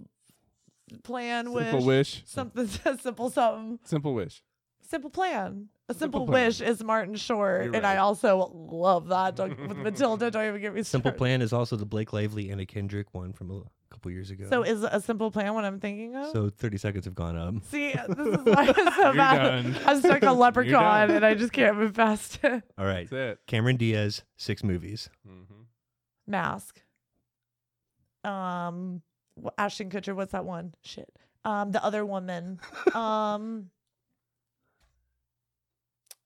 Speaker 7: plan with
Speaker 6: Simple wish.
Speaker 7: something simple something.
Speaker 6: Simple wish.
Speaker 7: Simple plan. A simple,
Speaker 6: Simple Plan.
Speaker 7: wish is Martin Short,
Speaker 6: You're
Speaker 7: and I
Speaker 6: right.
Speaker 7: also love that. Don't, with Matilda, don't even get me
Speaker 4: Simple
Speaker 7: started.
Speaker 4: Plan is also the Blake Lively Anna Kendrick one from a couple years ago.
Speaker 7: So is a simple plan what I'm thinking of?
Speaker 4: so 30 seconds have gone up.
Speaker 7: See, this is why it's so
Speaker 6: You're
Speaker 7: bad.
Speaker 6: done.
Speaker 7: I'm stuck a leprechaun,
Speaker 6: done.
Speaker 7: and I just can't move past it.
Speaker 4: All right.
Speaker 6: That's it.
Speaker 4: Cameron Diaz, six movies.
Speaker 6: Mm-hmm.
Speaker 7: Mask. Um, wh- Ashton Kutcher. What's that one? Shit. Um, the other woman. um,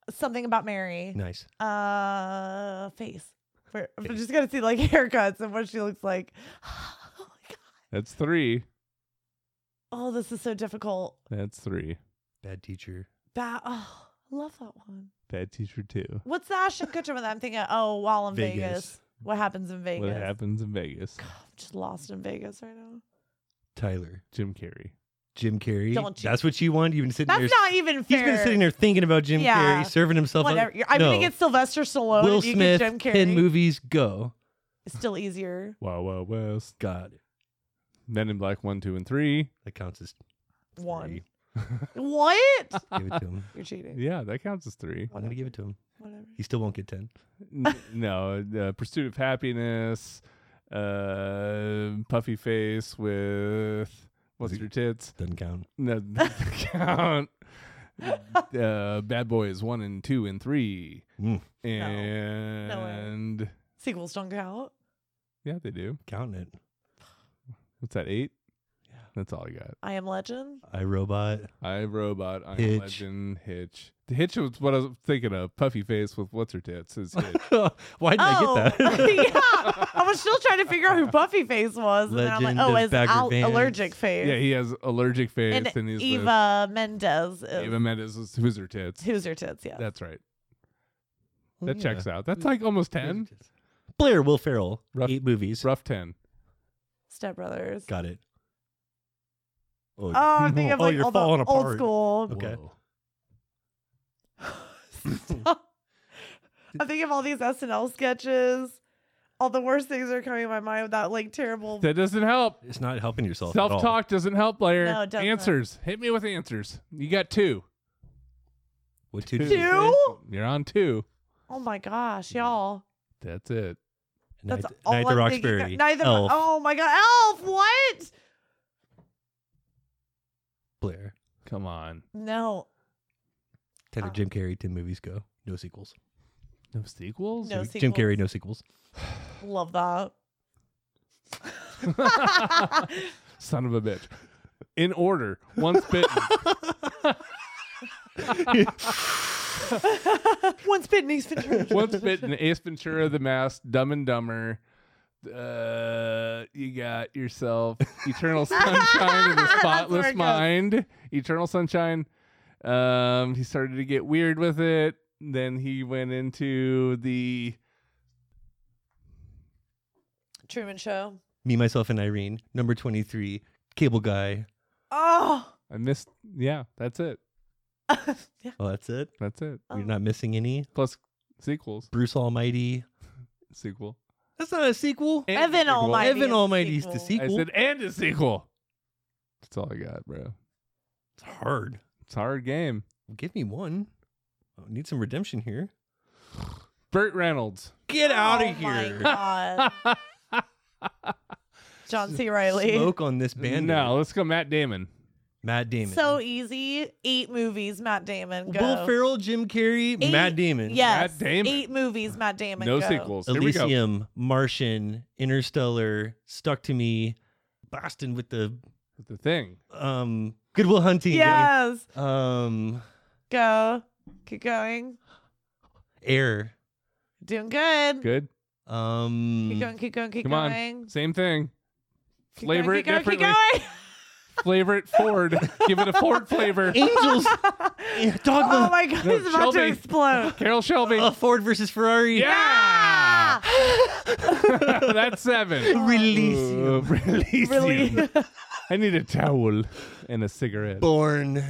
Speaker 7: something about Mary.
Speaker 4: Nice.
Speaker 7: Uh, face. We're, I'm just gonna see like haircuts and what she looks like. Oh my god.
Speaker 6: That's three.
Speaker 7: Oh, this is so difficult.
Speaker 6: That's three.
Speaker 4: Bad teacher.
Speaker 7: That oh, I love that one.
Speaker 6: Bad teacher two.
Speaker 7: What's the Ashton Kutcher one? that I'm thinking. Oh, while in Vegas.
Speaker 4: Vegas.
Speaker 7: What happens in Vegas?
Speaker 6: What happens in Vegas?
Speaker 7: I'm just lost in Vegas right now.
Speaker 4: Tyler.
Speaker 6: Jim Carrey.
Speaker 4: Jim Carrey.
Speaker 7: Don't you-
Speaker 4: That's what you want. You've been sitting
Speaker 7: That's
Speaker 4: there.
Speaker 7: not even fair.
Speaker 4: He's been sitting there thinking about Jim
Speaker 7: Yeah.
Speaker 4: Carrey, serving himself. up.
Speaker 7: Whatever. You're- I'm
Speaker 4: no.
Speaker 7: gonna get Sylvester Stallone.
Speaker 4: Will
Speaker 7: and you
Speaker 4: Smith.
Speaker 7: Get Jim Carrey.
Speaker 4: Ten movies. Go.
Speaker 7: It's still easier.
Speaker 6: Wow, wow, West.
Speaker 4: God,
Speaker 6: Men in Black one, two, and three.
Speaker 4: that counts as
Speaker 7: One.
Speaker 4: three.
Speaker 7: What?
Speaker 4: Give it to him.
Speaker 7: You're cheating.
Speaker 6: Yeah, that counts as three.
Speaker 4: I'm gonna give it to him.
Speaker 7: Whatever.
Speaker 4: He still won't get ten.
Speaker 6: N- no, uh, Pursuit of Happiness. Uh, puffy face with what's your tits?
Speaker 4: Doesn't count.
Speaker 6: No, doesn't count. Uh, Bad Boys one and two and three.
Speaker 4: Mm.
Speaker 6: And
Speaker 7: Sequels don't count.
Speaker 6: yeah, they do.
Speaker 4: Counting it.
Speaker 6: What's that eight? Yeah, that's all I got.
Speaker 7: I Am Legend.
Speaker 4: I Robot.
Speaker 6: I Robot, I Am
Speaker 4: Hitch.
Speaker 6: Legend, Hitch. The Hitch was what I was thinking of. Puffy face with what's her tits is Hitch.
Speaker 4: Why did I get that?
Speaker 7: Oh, yeah. I was still trying to figure out who Buffy Face was, and then I'm
Speaker 4: Legend
Speaker 7: like, oh,
Speaker 4: of
Speaker 7: it's
Speaker 4: Bagger
Speaker 7: Al-
Speaker 4: Vance.
Speaker 7: allergic face.
Speaker 6: yeah, he has allergic face
Speaker 7: and
Speaker 6: and, he's
Speaker 7: Eva Mendez.
Speaker 6: The,
Speaker 7: Is,
Speaker 6: Eva Mendes is who's her tits.
Speaker 7: Who's her tits? Yeah.
Speaker 6: That's right. That
Speaker 4: Yeah.
Speaker 6: checks out. That's like almost ten.
Speaker 4: Blair, Will Ferrell,
Speaker 6: Rough-
Speaker 4: eight movies.
Speaker 6: Rough ten.
Speaker 7: Step Brothers.
Speaker 4: Got it. Oh,
Speaker 7: Oh, I'm thinking of
Speaker 4: Oh,
Speaker 7: like
Speaker 4: you're
Speaker 7: all the
Speaker 4: falling
Speaker 7: old
Speaker 4: apart.
Speaker 7: school.
Speaker 4: okay.
Speaker 7: I'm thinking of all these SNL sketches. All the worst things are coming to my mind with that like terrible.
Speaker 6: That doesn't help.
Speaker 4: It's not helping yourself. at all.
Speaker 6: Self talk doesn't help, Blair.
Speaker 7: No, it doesn't.
Speaker 6: Answers. Hit me with answers. You got two.
Speaker 4: What two?
Speaker 7: Two?
Speaker 6: You're on two.
Speaker 7: Oh my gosh, y'all.
Speaker 6: That's it.
Speaker 4: Night,
Speaker 7: That's all
Speaker 4: Night
Speaker 7: I'm
Speaker 4: the
Speaker 7: thinking of.
Speaker 4: Roxbury.
Speaker 7: Neither.
Speaker 4: Elf.
Speaker 7: Oh my god, Elf. What?
Speaker 4: Blair.
Speaker 6: Come on.
Speaker 7: No,
Speaker 4: Ted or
Speaker 7: Oh.
Speaker 4: Jim Carrey. Ten movies go. No sequels.
Speaker 6: No sequels?
Speaker 7: no.
Speaker 4: Jim
Speaker 7: sequels.
Speaker 4: Carrey. No sequels.
Speaker 7: Love that.
Speaker 6: Son of a bitch. In order. Once bitten.
Speaker 7: Once bitten, he's been turned.
Speaker 6: Once bitten, Ace Ventura, The Mask, Dumb and Dumber. Uh, you got yourself Eternal Sunshine of the
Speaker 7: That's where it
Speaker 6: Spotless
Speaker 7: goes.
Speaker 6: Mind. Eternal Sunshine. Um, he started to get weird with it. Then he went into the
Speaker 7: Truman Show.
Speaker 4: Me, myself, and Irene. Number twenty-three. Cable Guy.
Speaker 7: Oh,
Speaker 6: I missed. Yeah, that's it.
Speaker 7: yeah.
Speaker 4: Oh, that's it.
Speaker 6: That's it.
Speaker 7: Oh.
Speaker 4: You're not missing any.
Speaker 6: Plus sequels.
Speaker 4: Bruce Almighty.
Speaker 6: Sequel.
Speaker 4: That's not a sequel.
Speaker 6: And a
Speaker 7: Evan
Speaker 6: sequel.
Speaker 7: Almighty. is
Speaker 4: Evan
Speaker 7: the
Speaker 4: Almighty's the
Speaker 7: sequel.
Speaker 6: I
Speaker 4: sequel.
Speaker 6: said, and a sequel. That's all I got, bro.
Speaker 4: it's hard.
Speaker 6: It's a hard game.
Speaker 4: Give me one. I need some redemption here.
Speaker 6: Burt Reynolds.
Speaker 4: Get out of
Speaker 7: Oh my
Speaker 4: here.
Speaker 7: God. John C. Riley.
Speaker 4: Smoke on this band.
Speaker 6: No, let's go Matt Damon.
Speaker 4: Matt Damon.
Speaker 7: So easy. Eight movies. Matt Damon. Go.
Speaker 4: Will Ferrell, Jim Carrey,
Speaker 7: Eight-
Speaker 4: Matt Damon.
Speaker 7: Yes.
Speaker 6: Matt Damon.
Speaker 7: Eight movies. Matt Damon.
Speaker 6: No
Speaker 7: go.
Speaker 6: sequels. Here we go.
Speaker 4: Elysium, Martian, Interstellar, Stuck to Me, Boston with the
Speaker 6: The thing.
Speaker 4: um Goodwill Hunting.
Speaker 7: Yes.
Speaker 4: Um
Speaker 7: Go. Keep going.
Speaker 4: Air.
Speaker 7: Doing good.
Speaker 6: Good.
Speaker 4: Um
Speaker 7: Keep going. Keep going. Keep
Speaker 6: Come
Speaker 7: going.
Speaker 6: on. Same thing.
Speaker 7: Keep
Speaker 6: Flavor
Speaker 7: going, keep going,
Speaker 6: it differently.
Speaker 7: Keep
Speaker 6: Flavor it Ford. Give it a Ford flavor.
Speaker 7: E-
Speaker 4: Angels.
Speaker 7: going.
Speaker 4: Yeah,
Speaker 7: oh
Speaker 4: Dogma.
Speaker 7: my God.
Speaker 6: No,
Speaker 7: it's about to
Speaker 6: Shelby.
Speaker 7: explode.
Speaker 6: Carol Shelby.
Speaker 7: Oh.
Speaker 4: Uh, Ford versus Ferrari.
Speaker 6: Yeah. That's seven.
Speaker 4: Release.
Speaker 6: Uh, release
Speaker 7: Really?
Speaker 6: you. I need a towel and a cigarette.
Speaker 4: Born.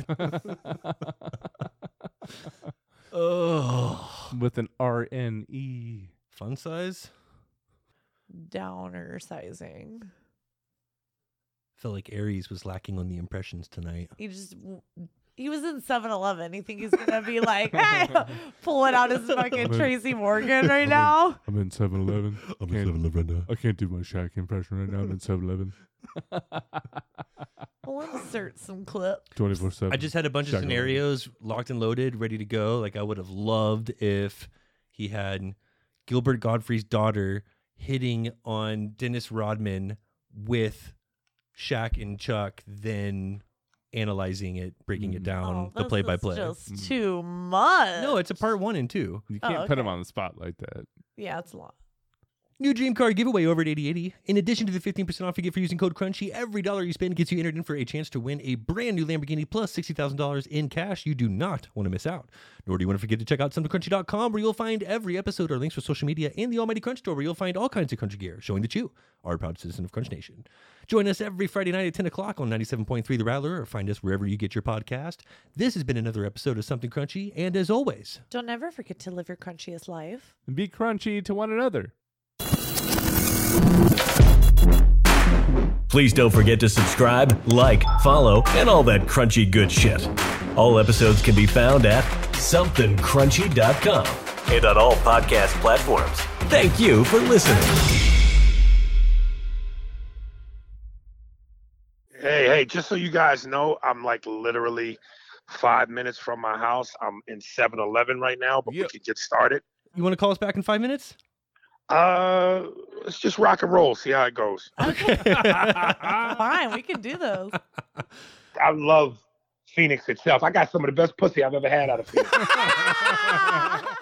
Speaker 4: oh.
Speaker 6: With an R N E.
Speaker 4: Fun size?
Speaker 7: Downer sizing.
Speaker 4: Felt like Aries was lacking on the impressions tonight.
Speaker 7: He just w- he was in 7-Eleven. You think he's gonna be like, hey, pulling out his fucking Tracy Morgan right now?
Speaker 6: I'm in 7 Eleven.
Speaker 4: I'm
Speaker 6: Can't-
Speaker 4: right now.
Speaker 6: I can't do my Shaq impression right now. I'm in 7 Eleven.
Speaker 7: We'll insert some clip.
Speaker 6: 24 7.
Speaker 4: I just had a bunch of
Speaker 6: Shotgun.
Speaker 4: scenarios locked and loaded, ready to go. Like I would have loved if he had Gilbert Godfrey's daughter hitting on Dennis Rodman with Shaq and Chuck, then analyzing it, breaking it down,
Speaker 7: Oh,
Speaker 4: the
Speaker 7: this
Speaker 4: play by
Speaker 7: is
Speaker 4: play.
Speaker 7: Just too much.
Speaker 4: No, it's a part one and two.
Speaker 6: You
Speaker 7: Oh,
Speaker 6: can't put him
Speaker 7: okay.
Speaker 6: on the spot like that.
Speaker 7: Yeah, it's a lot.
Speaker 4: New dream car giveaway over at 8080. In addition to the 15% off you get for using code CRUNCHY, every dollar you spend gets you entered in for a chance to win a brand new Lamborghini plus $60,000 in cash. You do not want to miss out. Nor do you want to forget to check out somethingcrunchy.com where you'll find every episode, our links for social media, and the Almighty Crunch Store where you'll find all kinds of crunchy gear, showing that you are a proud citizen of Crunch Nation. Join us every Friday night at 10 o'clock on 97.3 The Rattler or find us wherever you get your podcast. This has been another episode of Something Crunchy, and as always,
Speaker 7: Don't ever forget to live your crunchiest life.
Speaker 6: And be crunchy to one another.
Speaker 2: Please don't forget to subscribe, like, follow, and all that crunchy good shit. All episodes can be found at somethingcrunchy.com and on all podcast platforms. Thank you for listening.
Speaker 5: Hey, hey, just so you guys know, I'm like literally five minutes from my house. I'm in 7 Eleven right now, but
Speaker 6: Yeah.
Speaker 5: we can get started.
Speaker 4: you want to call us back in five minutes?
Speaker 5: Uh, let's just rock and roll, see how it goes.
Speaker 7: Fine, we can do those.
Speaker 5: I love Phoenix itself. I got some of the best pussy I've ever had out of Phoenix.
Speaker 7: Ah!